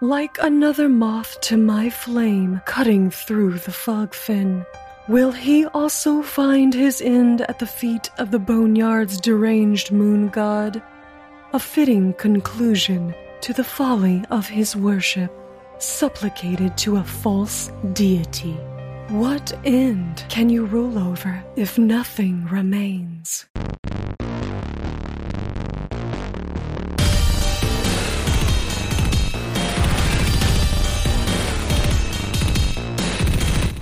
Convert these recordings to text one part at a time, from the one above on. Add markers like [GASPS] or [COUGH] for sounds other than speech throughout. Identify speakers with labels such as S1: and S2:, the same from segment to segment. S1: like another moth to my flame cutting through the fog fin. Will he also find his end at the feet of the boneyard's deranged moon god? A fitting conclusion to the folly of his worship, supplicated to a false deity. What end can you rule over if nothing remains?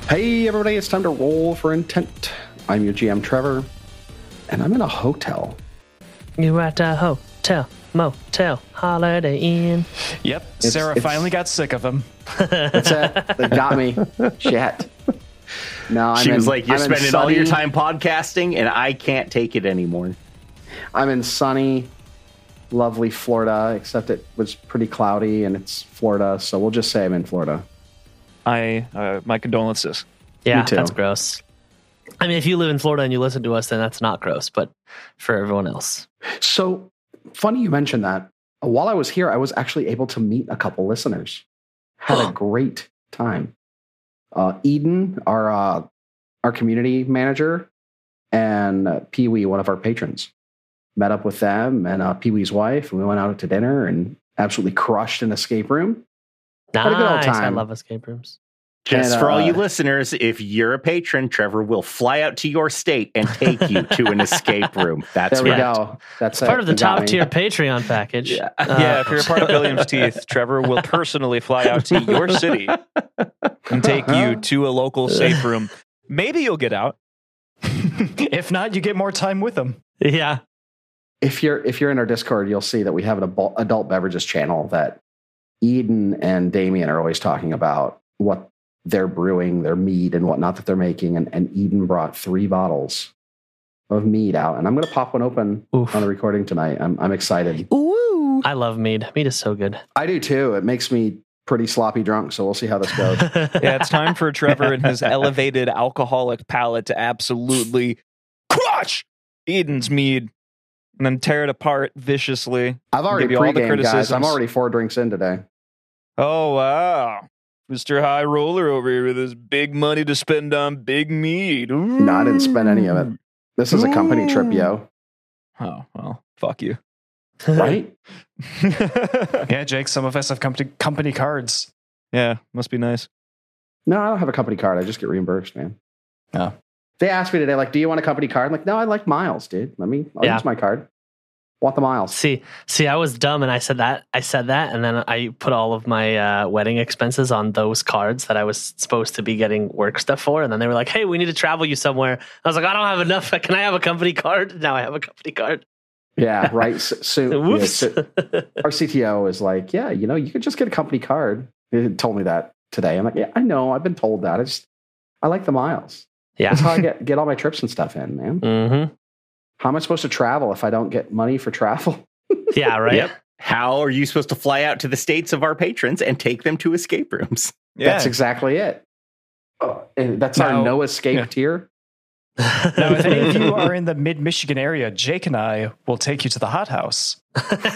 S2: Hey, everybody, it's time to roll for intent. I'm your GM, Trevor, and I'm in a hotel.
S3: You at a hotel, motel, holiday inn.
S4: Yep, Sarah
S2: it's-
S4: finally got sick of him.
S2: That's
S5: [LAUGHS]
S2: it. They got me. Shit. No, I'm
S5: she
S2: in,
S5: was like, "You're
S2: I'm in
S5: spending all your
S2: sunny-
S5: time podcasting, and I can't take it anymore."
S2: I'm in sunny, lovely Florida, except it was pretty cloudy and it's Florida, so we'll just say I'm in Florida.
S4: I uh, my condolences.
S3: Yeah,
S2: Me too.
S3: that's gross. I mean, if you live in Florida and you listen to us, then that's not gross, but for everyone else.
S2: So funny you mentioned that. While I was here, I was actually able to meet a couple listeners. Had a great time. Uh, Eden, our uh, our community manager, and uh, Pee Wee, one of our patrons, met up with them and uh, Pee Wee's wife, and we went out to dinner and absolutely crushed an escape room.
S3: Nice.
S2: a good old
S3: I
S2: time.
S3: love escape rooms.
S5: Just
S2: And,
S5: for all you
S2: uh,
S5: listeners, if you're a patron, Trevor will fly out to your state and take you to
S2: [LAUGHS]
S5: an escape room. That's
S2: there we
S5: right.
S2: go. That's
S3: Part
S2: it.
S3: of the
S2: You got
S3: top
S2: me.
S3: tier Patreon
S2: [LAUGHS]
S3: package.
S2: Yeah.
S3: Uh,
S4: yeah, if you're a part of [LAUGHS] William's Teeth, Trevor will personally fly out to your city and take you to a local safe room. Maybe you'll get out. [LAUGHS] if not, you get more time with him.
S3: [LAUGHS] yeah.
S2: if you're if you're in our discord you'll see that we have an abo- adult beverages channel that eden and damien are always talking about what they're brewing their mead and whatnot that they're making and, and eden brought three bottles of mead out and i'm going to pop one open
S3: Oof.
S2: on the recording tonight I'm, I'm excited
S4: Ooh.
S3: I love mead. Mead is so good.
S2: i do too it makes me pretty sloppy drunk so we'll see how this
S4: [LAUGHS]
S2: goes
S4: Yeah, it's time for Trevor and his elevated alcoholic palate to absolutely crush Eden's mead and then tear it apart viciously.
S2: i've already
S4: Give you all the
S2: pre-gamed guys i'm
S4: criticisms.
S2: already four drinks in today
S4: Oh wow. Mr. High Roller over here with his big money to spend on big mead. Ooh.
S2: no i didn't spend any of it this is a company trip yo
S4: Oh, well, fuck you.
S2: right
S4: [LAUGHS]
S6: Yeah, Jake, some of us have company, company cards.
S4: yeah, must be nice.
S2: No, I don't have a company card. I just get reimbursed, man.
S4: Oh.
S2: They asked me today, like, do you want a company card? I'm like, no, I like miles, dude. Let me, I'll
S3: Yeah.
S2: use my card. Want the miles.
S3: See, see, I was dumb and I said that. I said that, and then I put all of my uh, wedding expenses on those cards that I was supposed to be getting work stuff for. And then they were like, "Hey, we need to travel you somewhere." I was like, "I don't have enough. [LAUGHS] Can I have a company card?" Now I have a company card.
S2: Yeah, right. S- Soon. yeah,
S3: Whoops.
S2: so- our CTO is like, yeah, you know, you could just get a company card. He told me that today. I'm like, yeah, I know. I've been told that. I just, I like the miles.
S3: yeah.
S2: That's how I get, get all my trips and stuff in, man.
S3: hmm
S2: How am I supposed to travel if I don't get money for travel? [LAUGHS]
S3: Yeah. Right.
S5: Yep. How are you supposed to fly out to the states of our patrons and take them to escape rooms?
S4: Yeah.
S2: That's exactly it. Oh, and that's
S6: Now-
S2: our no escape
S4: yeah.
S2: tier.
S6: Now, if any of you
S4: [LAUGHS]
S6: are in the mid Michigan area, Jake and I will take you to the hot house.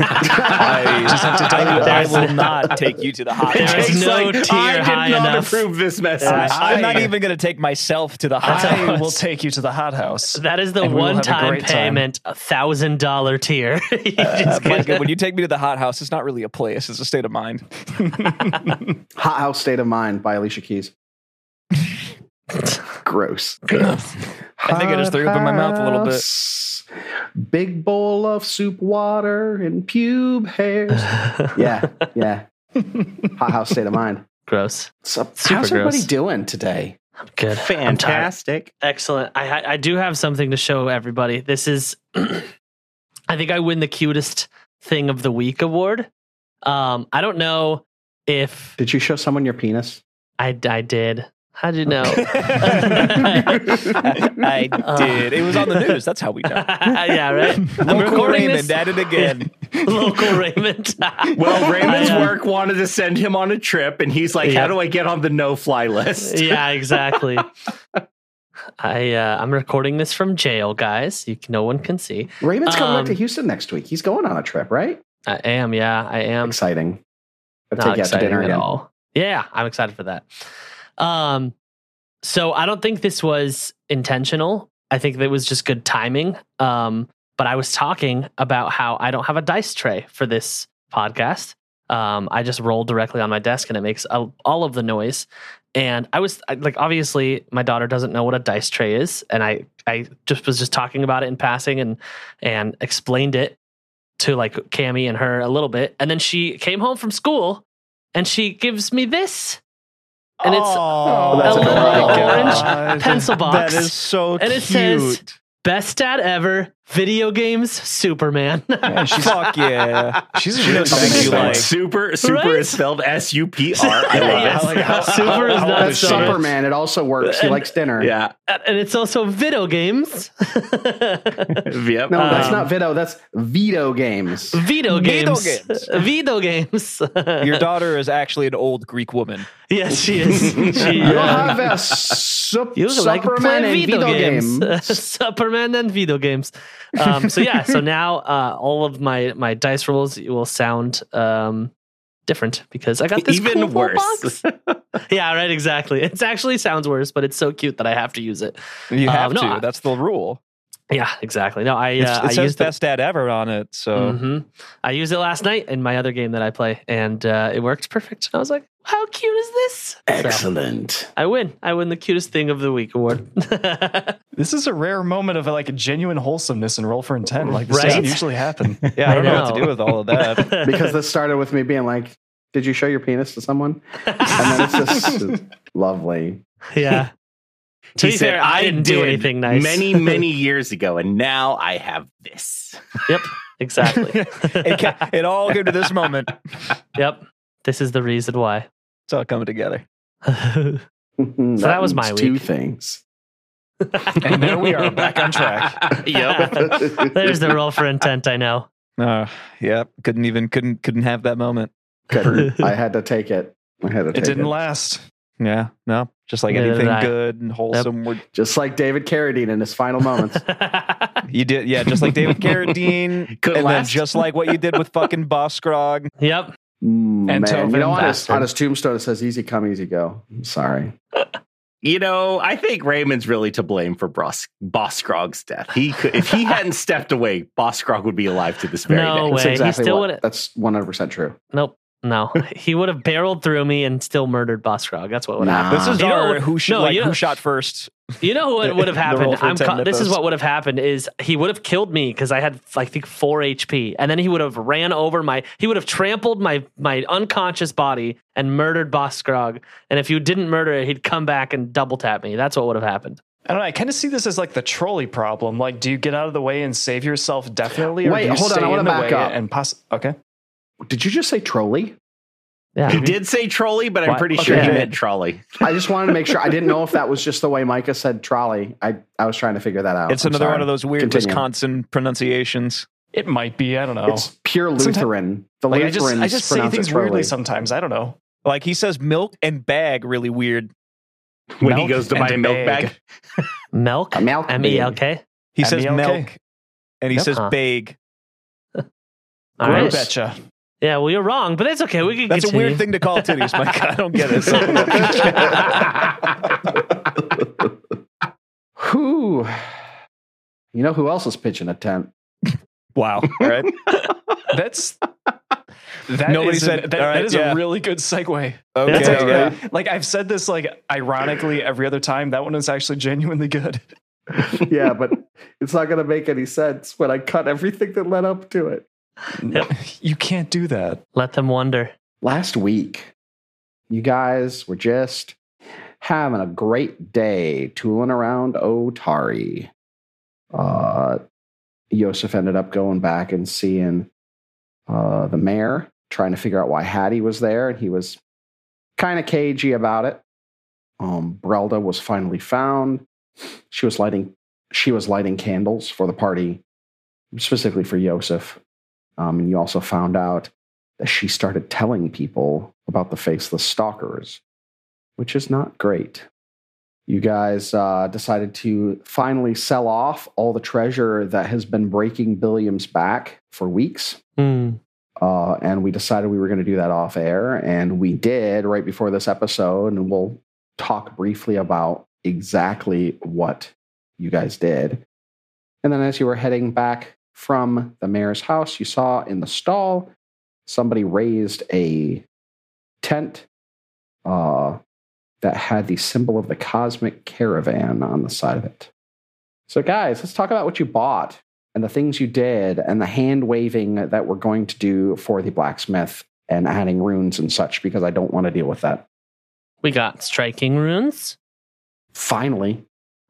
S4: I,
S6: just have to tell you,
S4: I
S3: there's-
S4: will not take you
S3: [LAUGHS]
S4: to the
S3: [LAUGHS]
S4: hot
S3: There is
S4: tub.
S5: Jake's
S3: no
S5: like,
S3: tier
S5: I did
S3: high
S5: not
S3: enough."
S5: approve this message.
S6: Yeah.
S4: I'm not
S6: I-
S4: even going to take myself to the hot tub.
S6: I will take you to the hot house.
S3: That is the
S6: And we will have a
S3: one-time
S6: great time.
S3: payment, a thousand dollar tier. [LAUGHS] You just get-
S4: Uh, Micah, when you take me to the hot house, it's not really a place; it's a state
S3: [LAUGHS]
S4: of mind.
S2: Hot House State of Mind by Alicia
S4: [LAUGHS]
S2: Keys. Gross.
S4: I think I just threw up in my mouth a little bit.
S2: bit. Big bowl of soup water and pube
S4: [LAUGHS]
S2: hairs. yeah, yeah. Hot House State of Mind.
S3: [LAUGHS] Gross.
S2: So,
S3: Super
S2: how's everybody
S3: gross.
S2: doing today?
S3: I'm good. I'm tired.
S5: Fantastic.
S3: Excellent. I ha- I do have something to show everybody. This is, [CLEARS THROAT] I think I win the cutest thing of the week award. Um, I don't know if
S2: Did you show someone your penis?
S3: I I did. How'd you know? [LAUGHS]
S4: I did. [LAUGHS] It was on the news. That's how we know.
S3: yeah,
S4: [LAUGHS]
S3: right. [LAUGHS] I'm
S4: Local
S3: recording
S4: Raymond
S3: this.
S4: at it again.
S3: [LAUGHS] Local Raymond.
S4: [LAUGHS]
S5: Well,
S3: [LAUGHS]
S5: Raymond's
S3: I, uh,
S5: work wanted to send him on a trip, and he's like,
S3: Yeah.
S5: "How do I get on the no-fly
S3: [LAUGHS]
S5: list?"
S3: yeah,
S4: [LAUGHS]
S3: exactly. I uh, I'm recording this from jail, guys. You no one can see.
S2: Raymond's coming
S3: Um,
S2: back to Houston next week. He's going on a trip, right?
S3: I am. Yeah, I am.
S2: Exciting. I'll take
S3: not
S2: you out to
S3: exciting
S2: dinner
S3: at
S2: again.
S3: all. Yeah, I'm excited for that. Um, so I don't think this was intentional. I think that was just good timing. Um, but I was talking about how I don't have a dice tray for this podcast. Um, I just roll directly on my desk and it makes all all of the noise. And I was I- like, obviously, my daughter doesn't know what a dice tray is, and I I just was just talking about it in passing and and explained it to like Cammy and her a little bit, and then she came home from school and she gives me this, and it's
S4: oh,
S2: that's
S3: a little
S2: adorable.
S4: [LAUGHS]
S3: orange pencil box.
S4: That is so
S3: And
S4: cute.
S3: it says- Best dad ever, video games, Superman. [LAUGHS]
S7: Man, she's,
S4: Fuck yeah.
S7: she's really
S4: Something
S7: nice.
S4: you like.
S5: super super
S3: Right?
S5: is spelled S U P R. I love
S3: Yes.
S5: it. [LAUGHS]
S3: Super is
S7: how
S3: not
S7: old
S2: That's
S7: is she?
S3: so-
S2: supper, man. It also works. He likes
S4: [LAUGHS]
S2: dinner.
S5: Yeah.
S3: and it's also video games.
S5: Yep.
S2: No, that's
S3: Um,
S2: not Vito. That's Vito games.
S3: Video
S4: Video
S3: games.
S4: games.
S3: Video games.
S4: Your daughter is actually an old Greek woman.
S3: yes, she is. [LAUGHS] She,
S2: You'll
S3: uh,
S2: have a sup-
S3: you like
S2: supper man
S3: playing
S2: and
S3: video,
S2: Vito
S3: games. [LAUGHS]
S2: game.
S3: Superman and video games. Um, so yeah, so now uh, all of my my dice rolls will sound um, different because I got this
S5: Even
S3: cool little
S5: worse.
S3: box. [LAUGHS] yeah, right. Exactly. It actually sounds worse, but it's so cute that I have to use it.
S4: You
S3: Um,
S4: have
S3: no,
S4: to.
S3: I-
S4: That's the rule.
S3: Yeah, exactly. No, I
S4: It's-
S3: uh,
S4: it
S3: I
S4: says
S3: used the-
S4: best dad ever on it. So
S3: Mhm. I used it last night in my other game that I play, and uh, it worked perfect. I was like, "How cute is this?" So,
S2: Excellent.
S3: I win. I win the cutest thing of the week award. [LAUGHS]
S7: This is a rare moment of like genuine wholesomeness and roll for intent. Like this
S3: Right.
S7: doesn't usually
S2: [LAUGHS]
S7: happen.
S4: yeah, I,
S3: I
S4: don't know. what
S3: know.
S4: to do with all
S3: [LAUGHS]
S4: of that.
S2: Because this started with me being like, "Did you show your penis to someone?" And then it's
S3: [LAUGHS]
S2: just lovely.
S3: yeah. To
S5: He
S3: be
S5: said,
S3: fair, I didn't do
S5: did
S3: anything nice.
S5: Many, many years ago, and now I have this.
S3: Yep. [LAUGHS] [LAUGHS] Exactly.
S4: it, ca- it all came to this moment.
S3: yep. This is the reason why. [LAUGHS]
S4: It's all coming together.
S3: so
S2: so
S3: that was my
S2: two
S3: week.
S2: things.
S7: And there we are, back on track.
S5: [LAUGHS]
S3: There's the roll for intent. I know.
S4: [LAUGHS]
S3: [LAUGHS]
S4: Uh, yeah, couldn't even couldn't couldn't have that moment.
S2: Couldn't. I had to take it. I had to take
S7: It
S2: it.
S7: didn't last.
S4: Yeah, no, just like
S3: Neither did
S4: anything
S3: I.
S4: good and wholesome. We're,
S2: Just like David Carradine in his final
S3: [LAUGHS]
S2: moments.
S4: you did, yeah, just like David Carradine,
S5: Couldn't
S4: and then
S5: last.
S4: just like what you did with fucking Boss Scrog.
S3: yep.
S2: Mm,
S7: And
S2: man, you
S7: Tovin
S2: know, on his,
S7: bastard.
S2: on his tombstone it says "Easy come, easy go." I'm sorry.
S5: You know, I think Raymond's really to blame for Bros- Boss Grog's death. He could, if he hadn't stepped away, Boss Grog would be alive to this very
S3: No
S5: day.
S3: way.
S2: That's
S3: he
S2: exactly
S3: still
S2: what.
S3: would've-
S2: That's one hundred percent true.
S3: Nope. No. [LAUGHS] he would have barreled through me and still murdered Boss Frog. That's what would happen.
S2: Nah.
S4: This is
S3: You know
S4: our
S3: what-
S4: who shot
S3: no,
S4: like,
S3: you know-
S4: who shot first.
S3: You know
S4: The-
S3: what would have
S4: [LAUGHS] the roll
S3: happened?
S4: for
S3: I'm
S4: intent
S3: ca- this is
S4: mythos.
S3: what would have happened is he would have killed me because I had I think four HP, and then he would have ran over my he would have trampled my my unconscious body and murdered Boss Scrog. And if you didn't murder it, he'd come back and double tap me. That's what would have happened.
S7: I don't know. I kind of see this as like the trolley problem. Like, do you get out of the way and save yourself definitely, or
S2: Wait,
S7: do you
S2: hold on, I
S7: stay
S2: wanna
S7: in the
S2: back
S7: way
S2: up.
S7: and pass? Okay,
S2: Did you just say trolley?
S3: Yeah. [LAUGHS]
S5: He did say trolley, but I'm
S4: What?
S5: pretty
S4: Okay.
S5: sure he meant trolley.
S2: I just wanted to make sure. I didn't know if that was just the way Micah said trolley. I, I was trying to figure that out.
S4: It's another one of those
S2: Oh,
S4: weird
S2: Continue.
S4: Wisconsin pronunciations.
S7: it might be. I don't know.
S2: It's pure
S7: Sometimes-
S2: Lutheran. The
S7: like I just,
S2: Lutherans
S7: I just say
S2: pronounce it
S7: things
S2: trolley.
S7: weirdly sometimes. I don't know.
S4: Like he says, milk and bag really weird.
S5: When he
S7: Milk
S5: goes to
S7: and
S5: buy a milk
S7: bag.
S5: bag,
S3: Milk.
S2: A milk
S3: M E L K.
S4: He says
S7: M.E.L.K..
S4: milk and he
S7: Yep.
S4: says
S3: Huh.
S4: bag.
S3: All
S7: I
S3: right.
S7: betcha.
S3: Yeah, well you're wrong, but that's okay. We can
S4: That's
S3: continue.
S4: a weird thing to call titties, Mike. I don't get it.
S2: [LAUGHS]
S7: [LAUGHS]
S2: Who? You know who else is pitching a tent?
S4: wow. All right.
S2: [LAUGHS]
S7: That's that
S4: Nobody
S7: is
S4: said-
S7: a, that,
S4: all right,
S7: that is
S4: yeah.
S7: a really good segue.
S4: Okay.
S3: That's
S7: That's
S3: all
S4: yeah.
S7: actually- Like I've said this like ironically every other time. That one is actually genuinely good. [LAUGHS]
S2: yeah, but it's not going to make any sense when I cut everything that led up to it.
S7: You can't do that.
S3: Let them wonder.
S2: Last week, you guys were just having a great day tooling around Otari. Uh, Yosef ended up going back and seeing uh, the mayor, trying to figure out why Hattie was there, and he was kind of cagey about it. Um, Brelda was finally found. She was lighting she was lighting candles for the party, specifically for Yosef. Um, and you also found out that she started telling people about the faceless stalkers, which is not great. You guys uh, decided to finally sell off all the treasure that has been breaking Billiam's back for weeks.
S3: Hmm.
S2: Uh, and we decided we were going to do that off air, and we did right before this episode. And we'll talk briefly about exactly what you guys did. And then, as you were heading back from the mayor's house, you saw in the stall somebody raised a tent uh, that had the symbol of the cosmic caravan on the side of it. So, guys, let's talk about what you bought and the things you did and the hand waving that we're going to do for the blacksmith and adding runes and such because I don't want to deal with that.
S3: We got striking runes.
S2: Finally,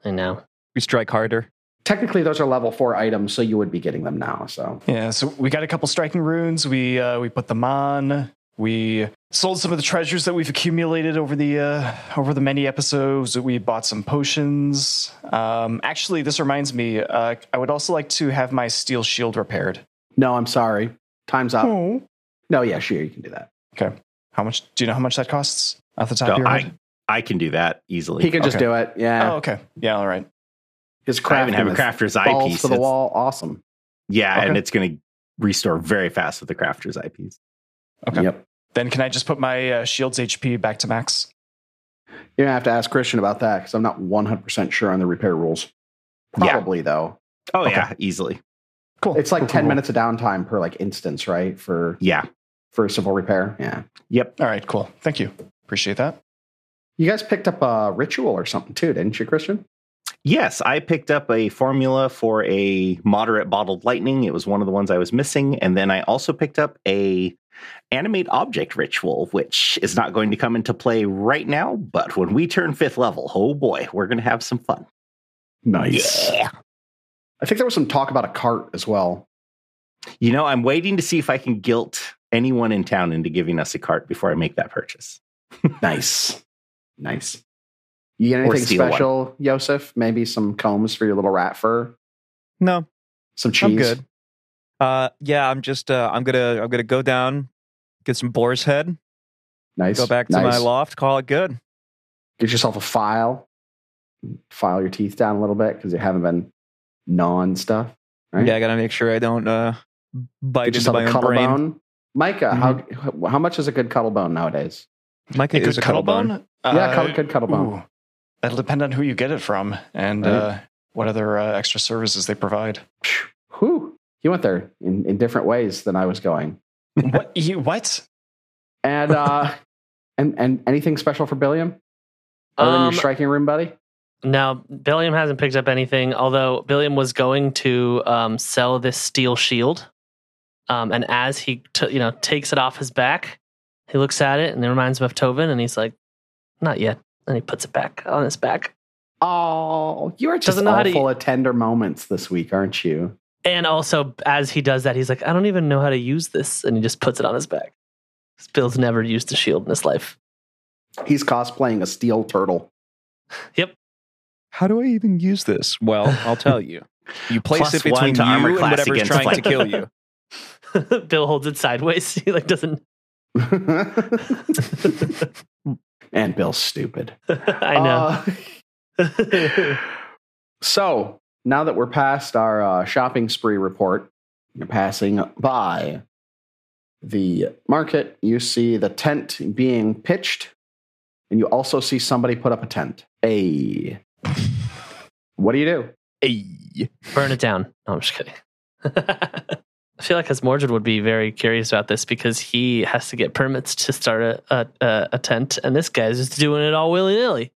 S3: I know.
S4: We strike harder.
S2: technically, those are level four items, so you would be getting them now. So,
S7: Yeah, so we got a couple striking runes. We uh, we put them on. We sold some of the treasures that we've accumulated over the uh, over the many episodes. We bought some potions. Um, actually, this reminds me. Uh, I would also like to have my steel shield repaired.
S2: no, I'm sorry. Time's up.
S7: Oh,
S2: No, yeah, sure, you can do that.
S7: how much? Do you know how much that costs off the top of
S5: No,
S7: your
S5: I-
S7: head?
S5: I can do that easily.
S2: He can just
S7: Okay.
S2: do it. Yeah.
S7: Oh, okay. Yeah, all right.
S2: His
S5: I
S2: crafting
S5: even have a
S2: is
S5: crafter's
S2: balls
S5: eyepiece.
S2: to the
S5: It's-
S2: wall. Awesome.
S5: Yeah, and
S7: Okay.
S5: it's going to restore very fast with the crafter's eyepiece.
S7: Okay.
S2: Yep.
S7: Then can I just put my uh, shield's HP back to max?
S2: You're going to have to ask Christian about that because I'm not 100% sure on the repair rules.
S5: Yeah.
S2: Probably, though.
S5: Oh
S7: Okay.
S5: yeah, easily.
S7: Cool.
S2: It's like
S7: Cool, cool,
S2: 10
S7: [LAUGHS] cool.
S2: minutes of downtime per like instance, right? For
S5: Yeah.
S2: for civil repair. Yeah.
S5: Yep.
S7: All right. Cool. Thank you. Appreciate that.
S2: You guys picked up a ritual or something too, didn't you, Christian?
S5: Yes, I picked up a formula for a moderate bottled lightning. It was one of the ones I was missing, and then I also picked up a animate object ritual, which is not going to come into play right now. But when we turn fifth level, oh boy, we're going to have some fun.
S2: Nice. I think there was some talk about a cart as well.
S5: You know, I'm waiting to see if I can guilt anyone in town into giving us a cart before I make that purchase.
S2: Nice. Nice. You get
S5: Or
S2: anything
S5: steal one.
S2: special, Yosef? Maybe some combs for your little rat fur?
S4: No,
S2: Some cheese?
S4: I'm good. Uh, yeah, I'm just uh, I'm gonna I'm gonna go down, get some boar's head,
S2: Nice.
S4: go back to my
S2: nice.
S4: loft, call it good.
S2: Get yourself a file. File your teeth down a little bit because you haven't been gnawing stuff. Right?
S4: Yeah, I gotta make sure I don't uh
S2: Get
S4: bite into
S2: yourself
S4: my
S2: a
S4: own
S2: cuddle
S4: brain. Mm-hmm.
S2: bone. Micah, how how much is a good cuddle bone nowadays?
S4: Micah is a cuddle bone.
S2: yeah,
S7: Uh,
S2: cuddle, good cuddle bone.
S7: Ooh, that'll depend on who you get it from and
S2: Right.
S7: uh, what other uh, extra services they provide.
S2: Whew. He went there in, in different ways than I was going.
S7: [LAUGHS] what? You, what?
S2: And [LAUGHS] uh and and anything special for Billiam? Other than your
S3: Um,
S2: striking room buddy?
S3: Now, Billiam hasn't picked up anything, although Billiam was going to um, sell this steel shield. Um, and as he, t- you know, takes it off his back, he looks at it and it reminds him of Tovin, and he's like, "Not yet." And he puts it back on his back.
S2: Oh, you are just
S3: Doesn't know how
S2: all
S3: to- e-
S2: full of tender moments this week, aren't you?
S3: And also, as he does that, he's like, "I don't even know how to use this," and he just puts it on his back. Bill's never used a shield in his life. [LAUGHS]
S2: He's cosplaying a steel [LAUGHS] turtle.
S4: How do I even use this? Well, I'll tell you.
S5: [LAUGHS]
S4: You place
S5: Plus
S4: it between
S5: one to
S4: you
S5: armor
S4: and
S5: class
S4: whatever's
S5: against
S4: trying to
S5: flank.
S4: kill
S5: [LAUGHS]
S4: you.
S3: Bill holds it sideways. [LAUGHS] He like doesn't.
S2: and Bill's stupid.
S3: I know. [LAUGHS]
S2: Uh, so now that we're past our uh, shopping spree report, you're passing by the market. You see the tent being pitched, and you also see somebody put up a tent. Hey, what do you do?
S4: Ay.
S3: Burn it down. No, I'm just kidding. [LAUGHS] I feel like as Mordred would be very curious about this because he has to get permits to start a, a, a, a tent, and this guy's just doing it all willy nilly.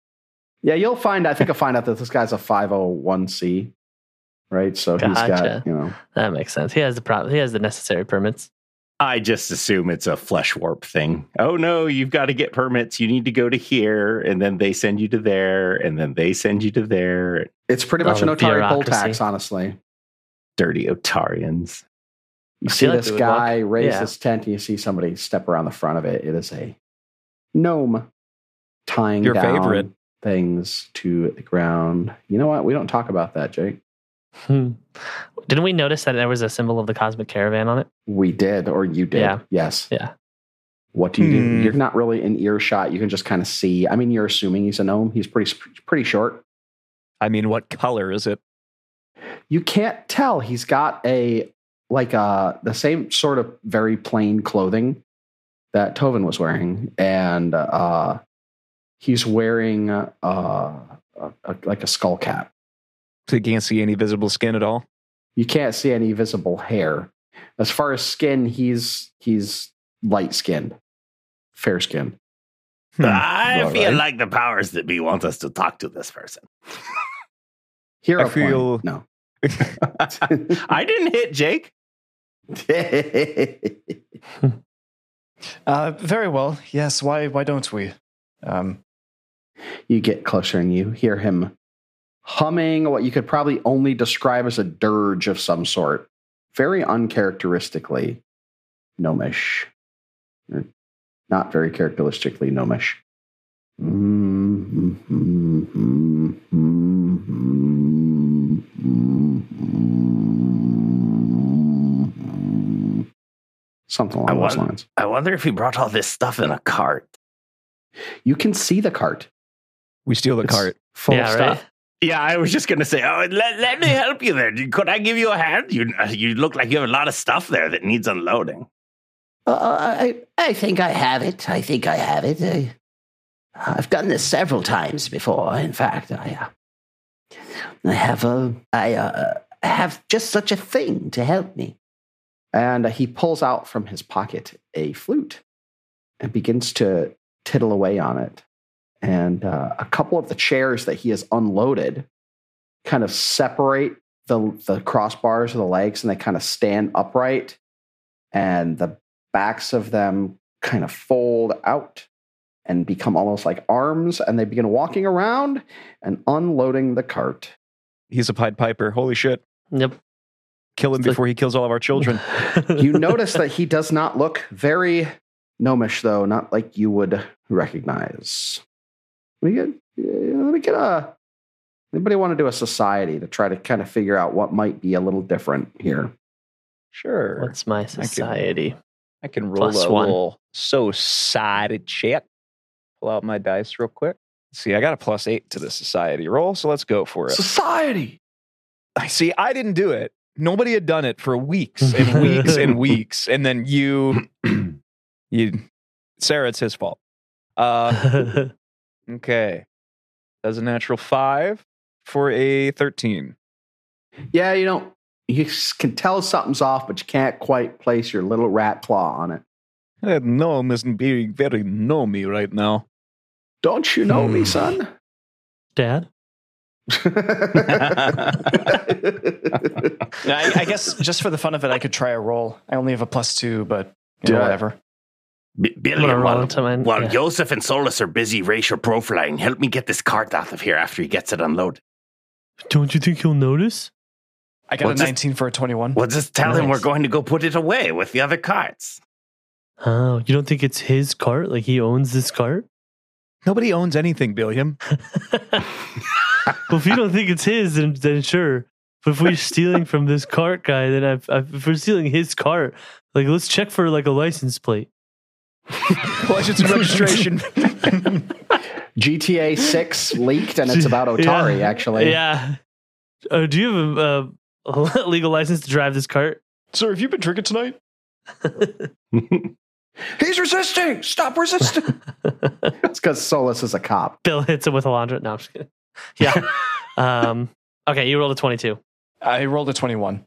S2: Yeah, you'll find. I think I'll find out that this guy's a five hundred one c, right? So he's
S3: Gotcha.
S2: got you know.
S3: That makes sense. He has the pro- He has the necessary permits.
S5: I just assume it's a flesh warp thing. Oh no, you've got to get permits. You need to go to here, and then they send you to there, and then they send you to there.
S2: It's pretty much
S3: Oh,
S2: an
S3: the
S2: Otari poll
S3: bureaucracy.
S2: tax, honestly.
S5: Dirty Otarians.
S2: You
S3: I
S2: see
S3: feel like
S2: this
S3: it would
S2: guy raise
S3: yeah.
S2: this tent, and you see somebody step around the front of it. It is a gnome tying
S4: Your
S2: down
S4: favorite.
S2: things to the ground. You know what? We don't talk about that, Jake.
S3: Hmm. Didn't we notice that there was a symbol of the cosmic caravan on it?
S2: We did, or you did.
S3: Yeah.
S2: Yes.
S3: Yeah.
S2: What do you do?
S4: Hmm.
S2: You're not really in earshot. You can just kind of see. I mean, you're assuming he's a gnome. He's pretty pretty short.
S4: I mean, what color is it?
S2: You can't tell. He's got a like uh, the same sort of very plain clothing that Tovin was wearing, and uh, he's wearing uh, a, a, like a skull cap.
S4: So you can't see any visible skin at all.
S2: You can't see any visible hair. As far as skin, he's he's light skinned, fair skinned.
S4: Hmm.
S5: I
S2: All
S5: feel
S2: right.
S5: like the powers that be want us to talk to this [LAUGHS] person.
S2: Hero
S4: I feel-
S2: point. no.
S4: [LAUGHS]
S2: [LAUGHS]
S5: I didn't hit Jake.
S7: Uh, very well. Yes. Why? Why don't we? Um,
S2: you get closer and you hear him humming what you could probably only describe as a dirge of some sort, very uncharacteristically gnomish. Or Not very characteristically gnomish. Something
S5: I
S2: along those
S5: want-
S2: lines.
S5: [LAUGHS] I wonder if he brought all this stuff in a cart.
S2: You can see the cart
S4: We steal the
S2: It's
S4: cart.
S2: full
S3: yeah,
S2: of
S3: right.
S2: stuff.
S5: Yeah, I was just gonna say. Oh, let, let me help you there. Could I give you a hand? You uh, you look like you have a lot of stuff there that needs unloading.
S8: Uh, I, I think I have it. I think I have it. I, I've done this several times before. In fact, I, uh, I have a, I uh, have just such a thing to help me.
S2: And he pulls out from his pocket a flute and begins to tittle away on it. And uh, a couple of the chairs that he has unloaded kind of separate the, the crossbars of the legs and they kind of stand upright. And the backs of them kind of fold out and become almost like arms. And they begin walking around and unloading the cart.
S4: He's a Pied Piper. Holy shit.
S3: Yep.
S4: Kill him
S3: It's like-
S4: before he kills all of
S3: [LAUGHS]
S4: our children.
S2: you notice that he does not look very gnomish, though, not like you would recognize. Let me get, yeah, let me get a. Anybody want to do a society to try to kind of figure out what might be a little different here?
S4: Sure.
S3: What's my
S4: you.
S3: society?
S4: I can roll
S3: Plus
S4: a
S3: one.
S4: little society check. Pull out my dice real quick. See, I got a plus eight to the society roll, so let's go for it.
S2: Society.
S4: I [LAUGHS] see. I didn't do it. Nobody had done it for weeks and weeks and weeks, and then you, you, Sarah, it's his fault. Uh, okay, does a natural five for a thirteen.
S2: Yeah, you don't. You s- can tell something's off, but you can't quite place your little rat claw on it.
S4: That gnome isn't being very gnomey right now.
S2: Don't you know me,
S4: Hmm.
S2: son?
S3: [LAUGHS] Dad?
S7: I, I guess just for the fun of it, I could try a roll. I only have a plus two, but you
S2: Do
S7: know,
S2: it.
S7: whatever.
S5: B-
S3: I'm
S5: Billy,
S3: gonna roll
S5: while,
S3: into mine.
S5: while
S3: Yeah.
S5: Joseph and Solus are busy racial profiling, help me get this cart out of here after he gets it unloaded.
S3: Don't you think he'll notice?
S7: I got
S5: Well,
S7: a
S5: just-
S7: 19 for a 21.
S5: We'll just tell him
S3: Nice.
S5: we're going to go put it away with the other carts.
S3: Oh, you don't think it's his cart? Like he owns this cart?
S4: Nobody owns anything, Billiam. [LAUGHS]
S3: well, if you don't think it's his, then, then sure. But if we're stealing from this cart guy, then I've, I've, if we're stealing his cart, like let's check for like a license plate.
S4: Collections and
S2: [LAUGHS]
S4: registration. [LAUGHS]
S2: GTA Six leaked, and it's about Otari.
S3: [LAUGHS] Yeah.
S2: Oh, Actually,
S3: yeah. Uh, do you have a, a [LAUGHS] legal license to drive this cart?
S7: Sir, have you been drinking tonight?
S2: he's resisting. Stop resisting. [LAUGHS] It's because Solus is a cop.
S3: Bill hits him with Alondra. No, I'm just kidding. Yeah. um, okay, you rolled a 22.
S7: I rolled a 21.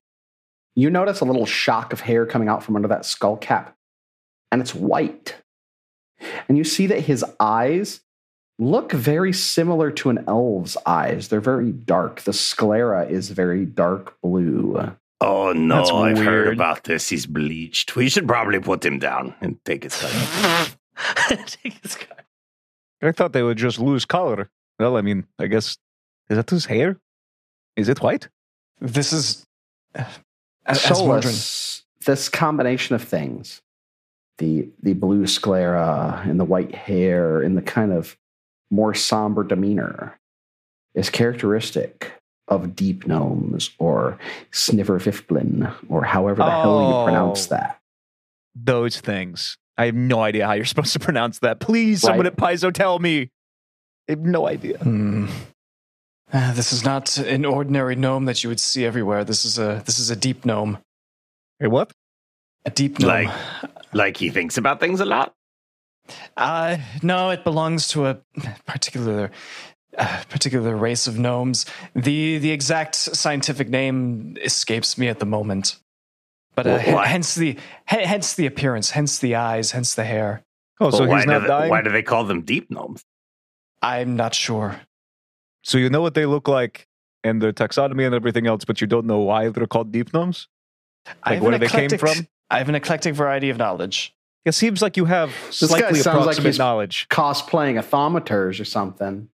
S2: You notice a little shock of hair coming out from under that skull cap, and it's white. And you see that his eyes look very similar to an elf's eyes. They're very dark. The sclera is very dark blue.
S5: Oh no,
S4: That's
S5: I've heard
S4: weird.
S5: about this. He's bleached. We should probably put him down and take his time.
S3: [LAUGHS] Take his cart.
S4: I thought they would just lose color. Well, I mean, I guess is that his hair? Is it white?
S7: This is. [SIGHS] uh, As, as wondering.
S2: Solus, this combination of things the, the blue sclera and the white hair and the kind of more somber demeanor is characteristic of deep gnomes or snifferviftlin or however the hell you pronounce
S4: Oh.
S2: that.
S4: those things. I have no idea how you're [LAUGHS] supposed to pronounce that. Please,
S2: Right.
S4: someone at Paizo, tell me. I have no idea.
S7: Hmm. Ah, Uh, this is not an ordinary gnome that you would see everywhere. This is a this is a deep gnome.
S4: Wait, what?
S7: A deep gnome.
S5: Like- Like he thinks about things a lot.
S7: Uh, no, it belongs to a particular uh, particular race of gnomes. the The exact scientific name escapes me at the moment, but uh,
S5: Wh- why?
S7: hence the he- hence the appearance, hence the eyes, hence the hair.
S4: Oh, so
S5: But why
S4: he's not
S5: do they,
S4: dying.
S5: Why do they call them deep gnomes?
S7: I'm not sure.
S4: so you know what they look like and their taxonomy and everything else, but you don't know why they're called deep gnomes.
S7: I
S4: Like
S7: have
S4: where
S7: an
S4: they came
S7: eclectic-
S4: from?
S7: I have an eclectic variety of knowledge.
S4: It seems like you have
S9: guy
S4: slightly
S9: sounds like
S4: approximate
S9: he's-
S4: knowledge.
S9: cosplaying a thaumaturge or something.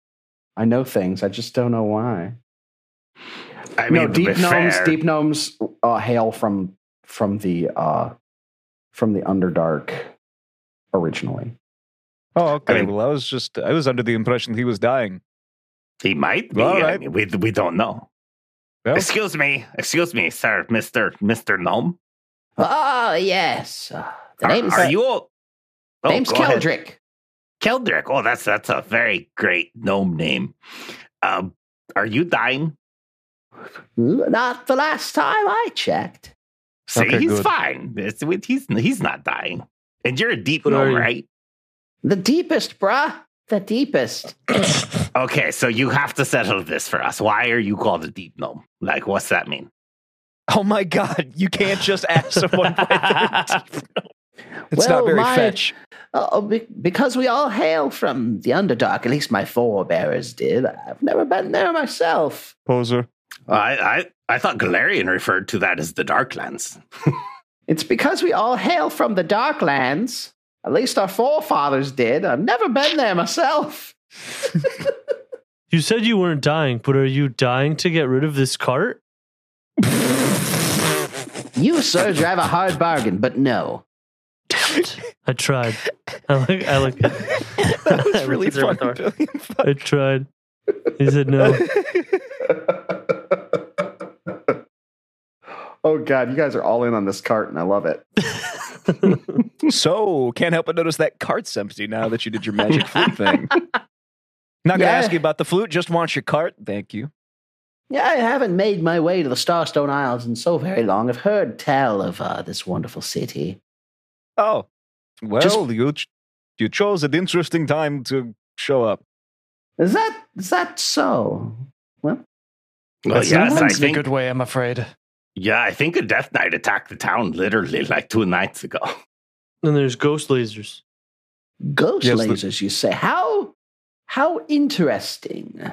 S9: I know things. I just don't know why.
S5: I
S9: no,
S5: to
S9: deep
S5: be
S9: gnomes.
S5: fair-
S9: Deep gnomes uh, hail from from the uh, from the Underdark originally.
S4: Oh, okay.
S5: I mean-
S4: well, I was just I was under the impression he was dying.
S5: He might be.
S4: All
S5: I
S4: right.
S5: mean, we, we don't know.
S4: Well,
S5: Excuse me. Excuse me, sir, Mister Mister Gnome.
S2: Oh, yes. Uh, The
S5: Are,
S2: name's,
S5: are you all? Oh,
S2: name's
S5: go ahead.
S2: Keldrick.
S5: Keldrick. Oh, that's that's a very great gnome name. Um, are you dying?
S2: Not the last time I checked.
S5: See,
S4: Okay,
S5: he's
S4: good.
S5: fine. It's, with- he's he's not dying. And you're a deep
S3: What are
S5: gnome,
S3: you?
S5: right?
S2: The deepest, bruh. The deepest.
S5: Okay, so you have to settle this for us. Why are you called a deep gnome? Like, what's that mean?
S4: oh my God! You can't just ask
S3: [LAUGHS]
S4: someone. why they're [LAUGHS] deep. It's
S2: Well,
S4: not very
S2: my-
S4: fetch.
S2: Oh, be- because we all hail from the Underdark, at least my forebears did. I've never been there myself.
S4: Poser.
S5: I I, I thought Galarian referred to that as the Darklands.
S2: It's because we all hail from the Darklands. At least our forefathers did. I've never been there myself.
S3: You said you weren't dying, but are you dying to get rid of this cart?
S2: You, sir, drive a hard bargain, but no.
S3: I tried. I look. I look.
S4: That
S3: [LAUGHS]
S4: was
S3: I
S4: really
S3: looked at
S4: funny.
S3: the door.
S4: Billy.
S3: I tried. He said no.
S9: oh God, you guys are all in on this cart, and I love it.
S4: So, can't help but notice that cart's empty now that you did your magic
S2: [LAUGHS]
S4: flute thing. Not gonna
S2: Yeah.
S4: ask you about the flute. Just want your cart. Thank you.
S2: Yeah, I haven't made my way to the Starstone Isles in so very long. I've heard tell of uh, this wonderful city.
S4: Oh, well,
S2: Just-
S4: you ch- you chose an interesting time to show up.
S2: Is that is that so?
S5: Well,
S7: That's
S5: yes,
S7: not
S5: I
S7: in a
S5: think
S7: good way. I'm afraid.
S5: Yeah, I think a Death Knight attacked the town literally like two nights ago.
S3: And there's ghost lasers.
S2: Ghost
S4: Yes, the-
S2: lasers, you say? How how interesting.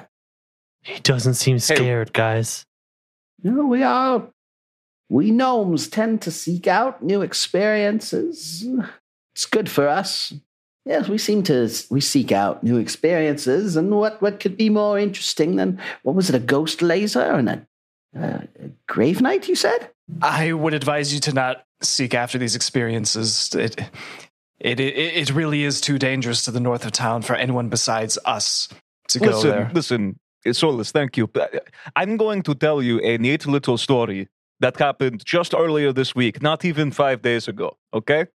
S3: He doesn't seem scared, guys.
S2: No, we are. We gnomes tend to seek out new experiences. It's good for us. Yes, we seem to we seek out new experiences, and what what could be more interesting than what was it? A ghost laser and a, a, a grave knight? You said.
S7: I would advise you to not seek after these experiences. It, it, it, it really is too dangerous to the north of town for anyone besides us to go
S4: listen,
S7: there.
S4: listen, Solus, thank you. But uh, I'm going to tell you a neat little story that happened just earlier this week, not even five days ago. Okay,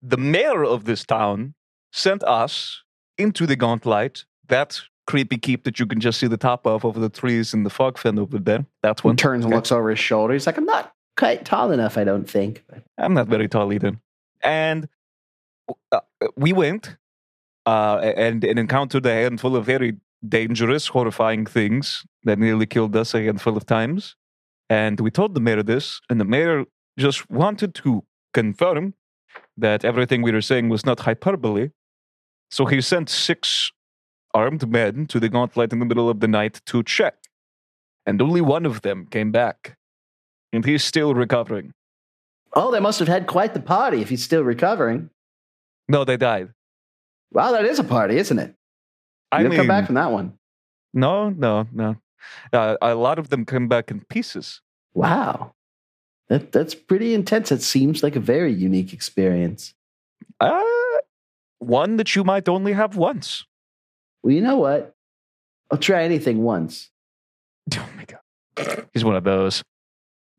S4: the mayor of this town sent us into the Gauntlet, that creepy keep that you can just see the top of over the trees in the fog fen over there. That
S9: He
S4: one.
S9: turns and
S4: Okay.
S9: looks over his shoulder. He's like,
S2: I'm not quite tall enough, I don't think.
S4: I'm not very tall either. And uh, we went uh, and, and encountered a handful of very dangerous, horrifying things that nearly killed us a handful of times. And we told the mayor this, and the mayor just wanted to confirm that everything we were saying was not hyperbole. So he sent six armed men to the gauntlet in the middle of the night to check. And only one of them came back. And he's still recovering.
S2: Oh, they must have had quite the party if he's still recovering.
S4: No, they died.
S9: "Wow, that is a party, isn't it?"
S4: I
S9: You'll
S4: mean,
S9: come back from that one.
S4: no, no, no. Uh, a lot of them come back in pieces.
S2: Wow, that that's pretty intense. It seems like a very unique experience.
S4: Uh, one that you might only have once.
S2: Well, you know what? I'll try anything once.
S4: Oh my god, he's one of those.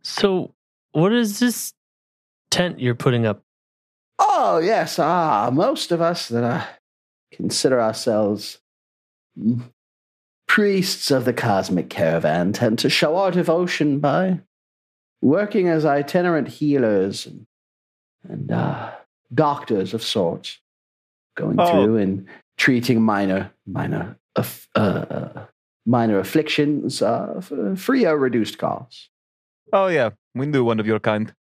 S3: So, what is this tent you're putting up?
S2: Oh, yes. Ah, most of us that uh, consider ourselves mm, priests of the cosmic caravan tend to show our devotion by working as itinerant healers and, and uh, doctors of sorts, going
S4: Oh.
S2: through and treating minor minor aff- uh, uh, minor afflictions uh, f- free or reduced costs.
S4: Oh yeah, we knew one of your kind.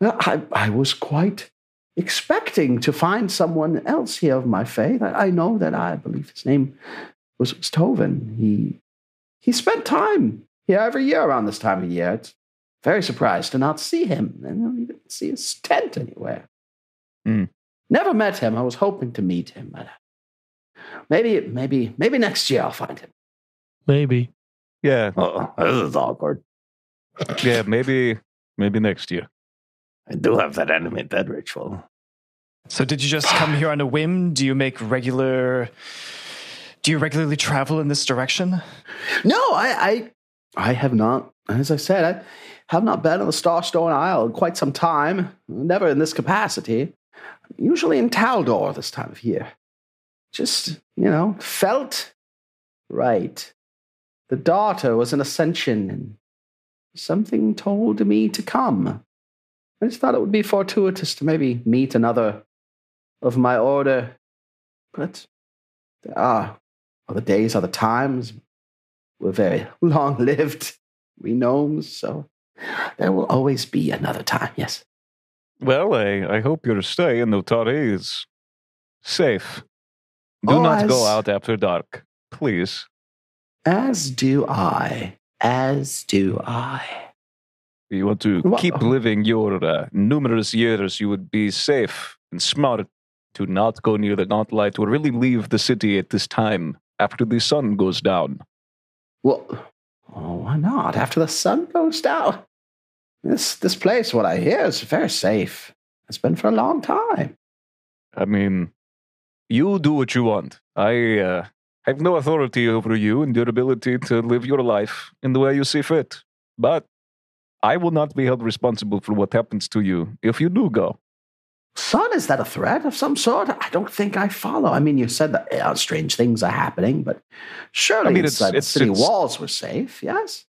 S2: Now, I, I was quite expecting to find someone else here of my faith. I, I know that I believe his name was, was Tovin. He, he spent time here every year around this time of year. It's very surprised to not see him and not even see his tent anywhere.
S4: Hmm.
S2: Never met him. I was hoping to meet him, but maybe, maybe, maybe next year I'll find him.
S3: Maybe.
S4: Yeah,
S5: Oh, this is awkward.
S4: yeah, maybe maybe next year.
S5: I do have that animate dead ritual.
S7: So did you just come here on a whim? Do you make regular do you regularly travel in this direction?
S2: No, I, I, I have not. As I said, I have not been on the Starstone Isle in quite some time. Never in this capacity. Usually in Taldor this time of year. Just you know, felt right. The daughter was an ascension, and something told me to come. I just thought it would be fortuitous to maybe meet another of my order, but there are other days, other times we're very [LAUGHS] long lived. We gnomes, so there will always be another time. Yes.
S4: Well, I, I hope your stay in Notari is safe. Do
S2: Oh,
S4: not go
S2: as-
S4: out after dark, please.
S2: As do I. As do I.
S4: You want to
S2: Wha-
S4: keep living your uh, numerous years. You would be safe and smart to not go near the Gauntlet or really leave the city at this time after the sun goes down.
S2: Well, oh, why not? After the sun goes down, this this place, what I hear, is very safe. It's been for a long time.
S4: I mean, you do what you want. I uh, have no authority over you and your ability to live your life in the way you see fit. But I will not be held responsible for what happens to you if you do go.
S2: Sun, is that a threat of some sort? I don't think I follow. I mean, you said that uh, strange things are happening, but surely
S4: I mean, it's-
S2: inside the
S4: it's-
S2: city
S4: it's-
S2: walls were safe. Yes.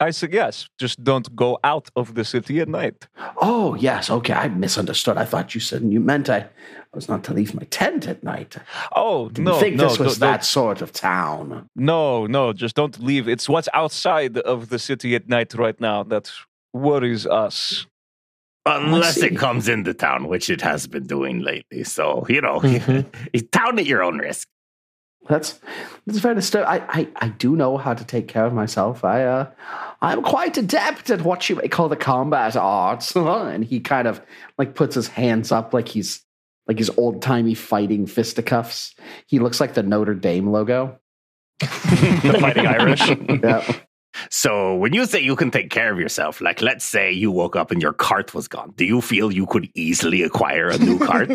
S4: I suggest just don't go out of the city at night.
S2: Oh yes, okay. I misunderstood. I thought you said you meant I, I was not to leave my tent at night. I
S4: Oh
S2: didn't
S4: no,
S2: think
S4: no,
S2: this was
S4: don't- don't-
S2: that sort of town.
S4: No, no, just don't leave. It's what's outside of the city at night right now that worries us.
S5: Unless
S2: see.
S5: it comes into town, which it has been doing lately. So, [LAUGHS] you know, town at your own risk. [LAUGHS]
S2: That's that's very disturbing. I, I I do know how to take care of myself. I uh, I'm quite adept at what you may call the combat arts. [LAUGHS] and he kind of like puts his hands up like he's like he's old timey fighting fisticuffs. He looks like the Notre Dame logo.
S5: the fighting Irish.
S2: [LAUGHS] Yeah.
S5: So, when you say you can take care of yourself, like let's say you woke up and your cart was gone, do you feel you could easily acquire a new cart?